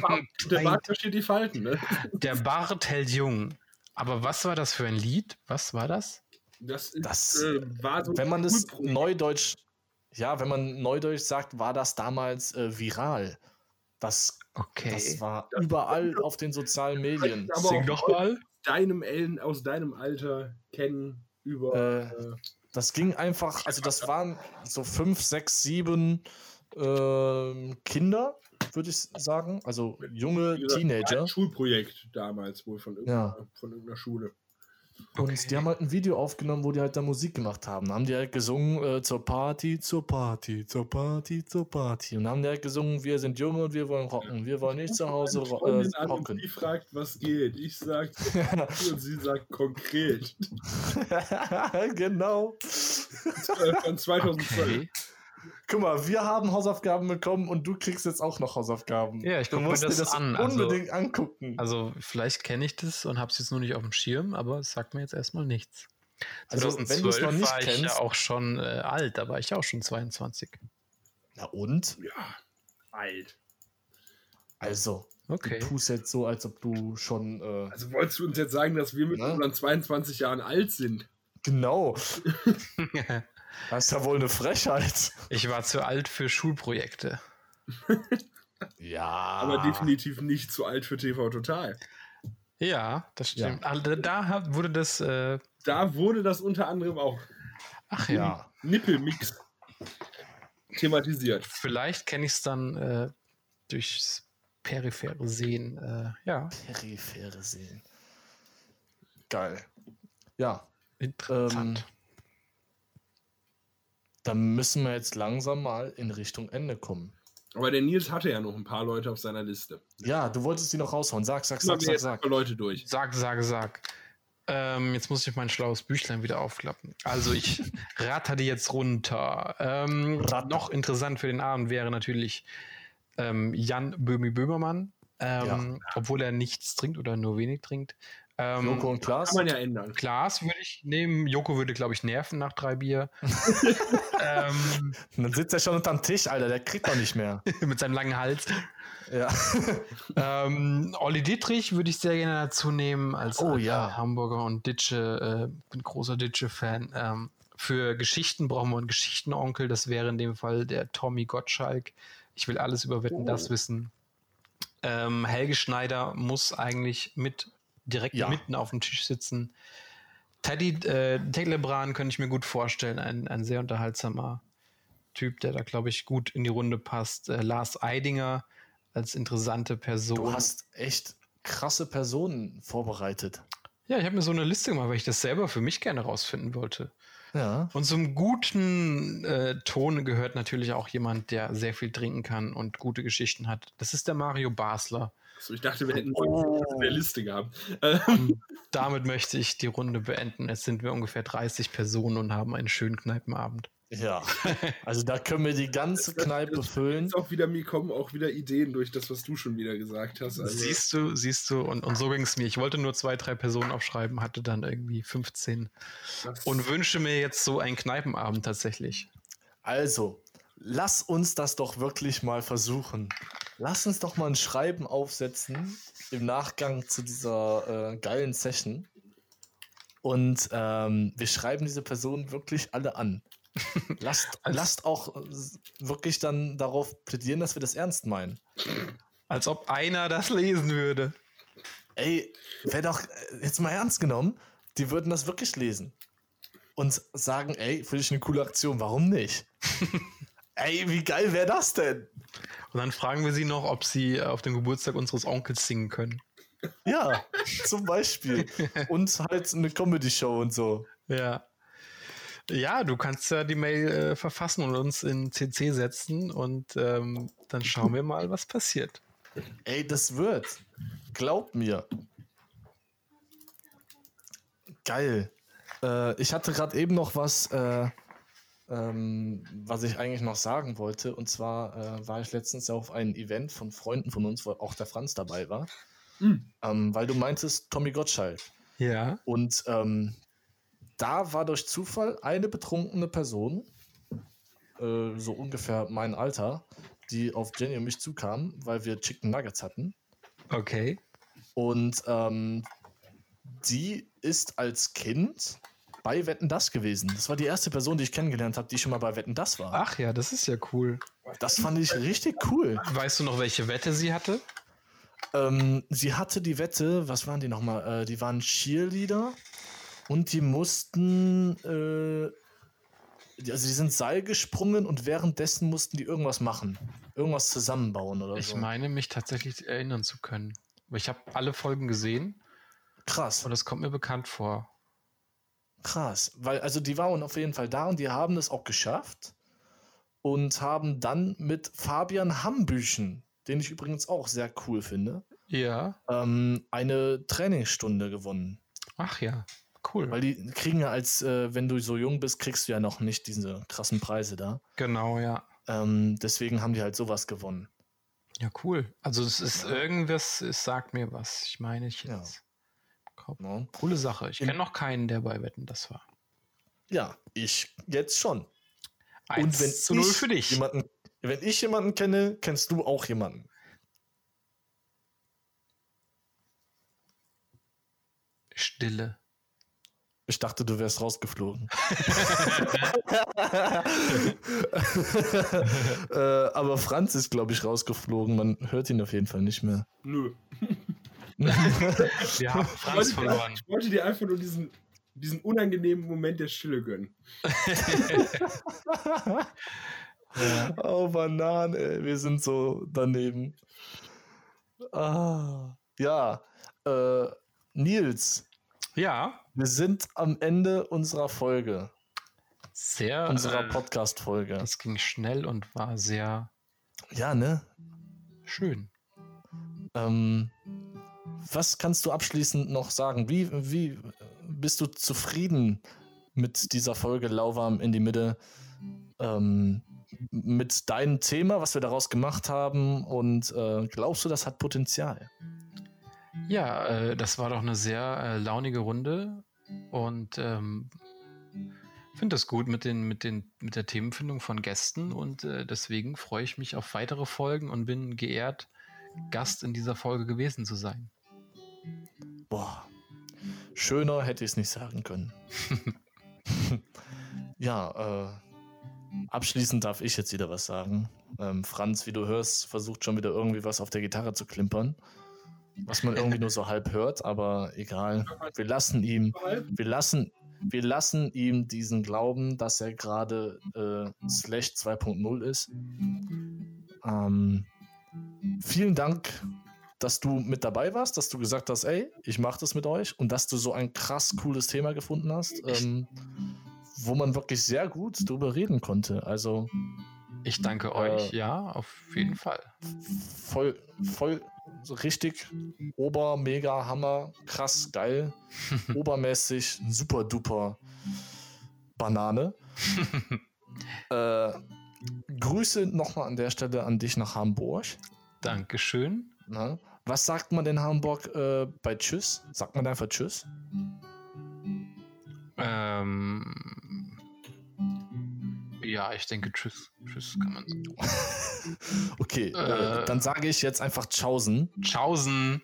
Bart, der Bart versteht die Falten. Ne? Der Bart hält jung. Aber was war das für ein Lied? Was war das? Das, ist, Das, äh, war so Wenn man es Schulprobe. neudeutsch, ja, wenn man neudeutsch sagt, war das damals äh, viral. Das, Okay. das war überall auf den sozialen Medien. aber auch doch mal. deinem Ellen aus deinem Alter kennen über Äh, äh, das ging einfach, also das waren so fünf, sechs, sieben ähm, Kinder, würde ich sagen. Also junge wie gesagt, Teenager. ein Schulprojekt damals wohl von irgendeiner, von irgendeiner Schule. Und Okay. die haben halt ein Video aufgenommen, wo die halt da Musik gemacht haben. Da haben die halt gesungen äh, zur Party, zur Party, zur Party, zur Party. Und haben die halt gesungen, wir sind Junge und wir wollen rocken. Wir wollen nicht zu Hause Meine ro- Freundin äh, an und hocken. die fragt, was geht. Ich sag und sie sagt konkret. genau. Äh, Von 2012. Okay. Guck mal, wir haben Hausaufgaben bekommen und du kriegst jetzt auch noch Hausaufgaben. Ja, ich du guck mir musst das dir das an, also- unbedingt angucken. Also vielleicht kenne ich das und habe es jetzt nur nicht auf dem Schirm, aber es sagt mir jetzt erstmal nichts. Also, wenn du es noch 2012 nicht war ich ja kennst- auch schon äh, alt, da war ich ja auch schon 22. Na und? Ja, alt. Also, Okay. du tust jetzt so, als ob du schon. Äh, Also wolltest du uns jetzt sagen, dass wir mit Ne? unseren 22 Jahren alt sind? genau. Das ist ja wohl eine Frechheit. ich war zu alt für Schulprojekte. Ja. Ah. Aber definitiv nicht zu alt für TV Total. Ja, das Ja. stimmt. Also, da hab- wurde das. Äh, Da wurde das unter anderem auch ach ja. Ja. Nippelmix thematisiert. Vielleicht kenne ich es dann äh, durchs periphere Sehen. Äh, ja, Periphere Sehen. Geil. Ja, interessant. Ähm, dann müssen wir jetzt langsam mal in Richtung Ende kommen. Aber der Nils hatte ja noch ein paar Leute auf seiner Liste. Ja, du wolltest die noch raushauen. Sag, sag, sag, Sagen wir sag, jetzt ein sag. paar Leute durch. Sag, sag, sag. Ähm, jetzt muss ich mein schlaues Büchlein wieder aufklappen. Also ich ratter die jetzt runter. Ähm, Ratter. noch interessant für den Abend wäre natürlich ähm, Jan Böhmi Böhmermann, ähm, obwohl er nichts trinkt oder nur wenig trinkt. Ähm, Joko und Klaas. Kann man ja ändern. Klaas würde ich nehmen. Joko würde, glaube ich, nerven nach drei Bier. ähm, Und Dann sitzt er schon unterm Tisch, Alter. Der kriegt doch nicht mehr. mit seinem langen Hals. ja. Ähm, Olli Dietrich würde ich sehr gerne dazu nehmen, als Oh alter ja. Hamburger und Ditsche, äh, bin großer Ditsche-Fan. Ähm, für Geschichten brauchen wir einen Geschichtenonkel, das wäre in dem Fall der Tommy Gottschalk. Ich will alles über Wetten, Oh. das wissen. Ähm, Helge Schneider muss eigentlich mit direkt Ja. mitten auf dem Tisch sitzen. Teddy äh, Teglebran könnte ich mir gut vorstellen, ein, ein sehr unterhaltsamer Typ, der da, glaube ich, gut in die Runde passt. Äh, Lars Eidinger als interessante Person. Du hast echt krasse Personen vorbereitet. Ja, ich habe mir so eine Liste gemacht, weil ich das selber für mich gerne rausfinden wollte. Ja. Und zum guten äh, Ton gehört natürlich auch jemand, der sehr viel trinken kann und gute Geschichten hat. Das ist der Mario Basler. So, ich dachte, wir hätten Oh. auf der Liste gehabt. Damit möchte ich die Runde beenden. Es sind wir ungefähr 30 Personen und haben einen schönen Kneipenabend. Ja. Also da können wir die ganze Kneipe füllen. Jetzt auch wieder, mir kommen auch wieder Ideen durch das, was du schon wieder gesagt hast. Also, Siehst du, siehst du, und, und so ging es mir. Ich wollte nur zwei, drei Personen aufschreiben, hatte dann irgendwie 15 das- und wünsche mir jetzt so einen Kneipenabend tatsächlich. Also, lass uns das doch wirklich mal versuchen. Lass uns doch mal ein Schreiben aufsetzen im Nachgang zu dieser äh, geilen Session. Und ähm, wir schreiben diese Personen wirklich alle an. Lasst, Als- lasst auch äh, wirklich dann darauf plädieren, dass wir das ernst meinen. Als ob einer das lesen würde. Ey, wäre doch äh, jetzt mal ernst genommen, die würden das wirklich lesen. Und sagen, ey, finde ich eine coole Aktion, warum nicht? ey, wie geil wäre das denn? Und dann fragen wir sie noch, ob sie äh, auf dem Geburtstag unseres Onkels singen können. Ja, zum Beispiel. Und halt eine Comedy-Show und so. Ja. Ja, du kannst ja die Mail äh, verfassen und uns in CC setzen und ähm, dann schauen wir mal, was passiert. Ey, das wird. Glaub mir. Geil. Äh, ich hatte gerade eben noch was, äh, ähm, was ich eigentlich noch sagen wollte. Und zwar äh, war ich letztens auf einem Event von Freunden von uns, wo auch der Franz dabei war. Hm. Ähm, weil du meintest, Tommy Gottschalk. Ja. Und ähm, da war durch Zufall eine betrunkene Person, äh, so ungefähr mein Alter, die auf Jenny und mich zukam, weil wir Chicken Nuggets hatten. Okay. Und ähm, die ist als Kind bei Wetten Das gewesen. Das war die erste Person, die ich kennengelernt habe, die schon mal bei Wetten Das war. Ach ja, das ist ja cool. Das fand ich richtig cool. Weißt du noch, welche Wette sie hatte? Ähm, sie hatte die Wette, was waren die nochmal? Äh, die waren Cheerleader und die mussten, äh, die, also die sind Seil gesprungen und währenddessen mussten die irgendwas machen. Irgendwas zusammenbauen oder Ich so. meine, mich tatsächlich erinnern zu können. Aber Ich habe alle Folgen gesehen Krass, und das kommt mir bekannt vor. krass. Weil, also die waren auf jeden Fall da und die haben das auch geschafft und haben dann mit Fabian Hambüchen, den ich übrigens auch sehr cool finde, Ja. ähm, eine Trainingsstunde gewonnen. Ach ja. Cool. Weil die kriegen ja als, äh, wenn du so jung bist, kriegst du ja noch nicht diese krassen Preise da. genau, ja. Ähm, deswegen haben die halt sowas gewonnen. Ja, cool. Also es ist irgendwas, es sagt mir was. Ich meine, ich Ja. jetzt. Kopf. Ne? Coole Sache. Ich Im- kenne noch keinen, der bei Wetten das war. Ja, ich jetzt schon. 1 Und wenn zu 0 ich für dich. Jemanden, wenn ich jemanden kenne, kennst du auch jemanden. Stille. Ich dachte, du wärst rausgeflogen. äh, aber Franz ist, glaube ich, rausgeflogen. Man hört ihn auf jeden Fall nicht mehr. Nö. Wir haben Franz Ich wollte dir- verloren. Ich wollte dir einfach nur diesen, diesen unangenehmen Moment der Stille gönnen. oh, Bananen, ey. Wir sind so daneben. Ah, ja, äh, Nils, Ja, wir sind am Ende unserer Folge, sehr. unserer äh, Podcast-Folge. das ging schnell und war sehr Ja, ne? schön. Ähm, was kannst du abschließend noch sagen? Wie, wie bist du zufrieden mit dieser Folge Lauwarm in die Mitte? Ähm, mit deinem Thema, was wir daraus gemacht haben? Und äh, glaubst du, das hat Potenzial? Ja, äh, das war doch eine sehr äh, launige Runde und ähm, finde das gut mit, den, mit, den, mit der Themenfindung von Gästen und äh, deswegen freue ich mich auf weitere Folgen und bin geehrt, Gast in dieser Folge gewesen zu sein. Boah, schöner hätte ich es nicht sagen können. ja, äh, abschließend darf ich jetzt wieder was sagen. Ähm, Franz, wie du hörst, versucht schon wieder irgendwie was auf der Gitarre zu klimpern. Was man irgendwie nur so halb hört, aber egal. Wir lassen ihm, wir lassen, wir lassen ihm diesen Glauben, dass er gerade äh, Slash 2.0 ist. Ähm, vielen Dank dass du mit dabei warst, dass du gesagt hast, ey, ich mache das mit euch und dass du so ein krass cooles Thema gefunden hast, ähm, wo man wirklich sehr gut drüber reden konnte. Also Ich danke euch, ja, auf jeden Fall. voll, voll so richtig ober, mega, hammer, krass, geil, obermäßig, super duper Banane. äh, Grüße nochmal an der Stelle an dich nach Hamburg. Dankeschön. Ne? Was sagt man in Hamburg äh, bei Tschüss? Sagt man einfach Tschüss? Ähm, ja, ich denke, tschüss. Tschüss kann man sagen. Okay, äh, Äh. dann sage ich jetzt einfach Tschaußen. Tschaußen.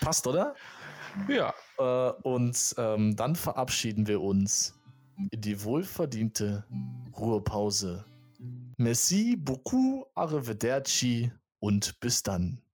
Passt, oder? Ja. Äh, und ähm, dann verabschieden wir uns in die wohlverdiente Ruhepause. Merci beaucoup, arrivederci und bis dann.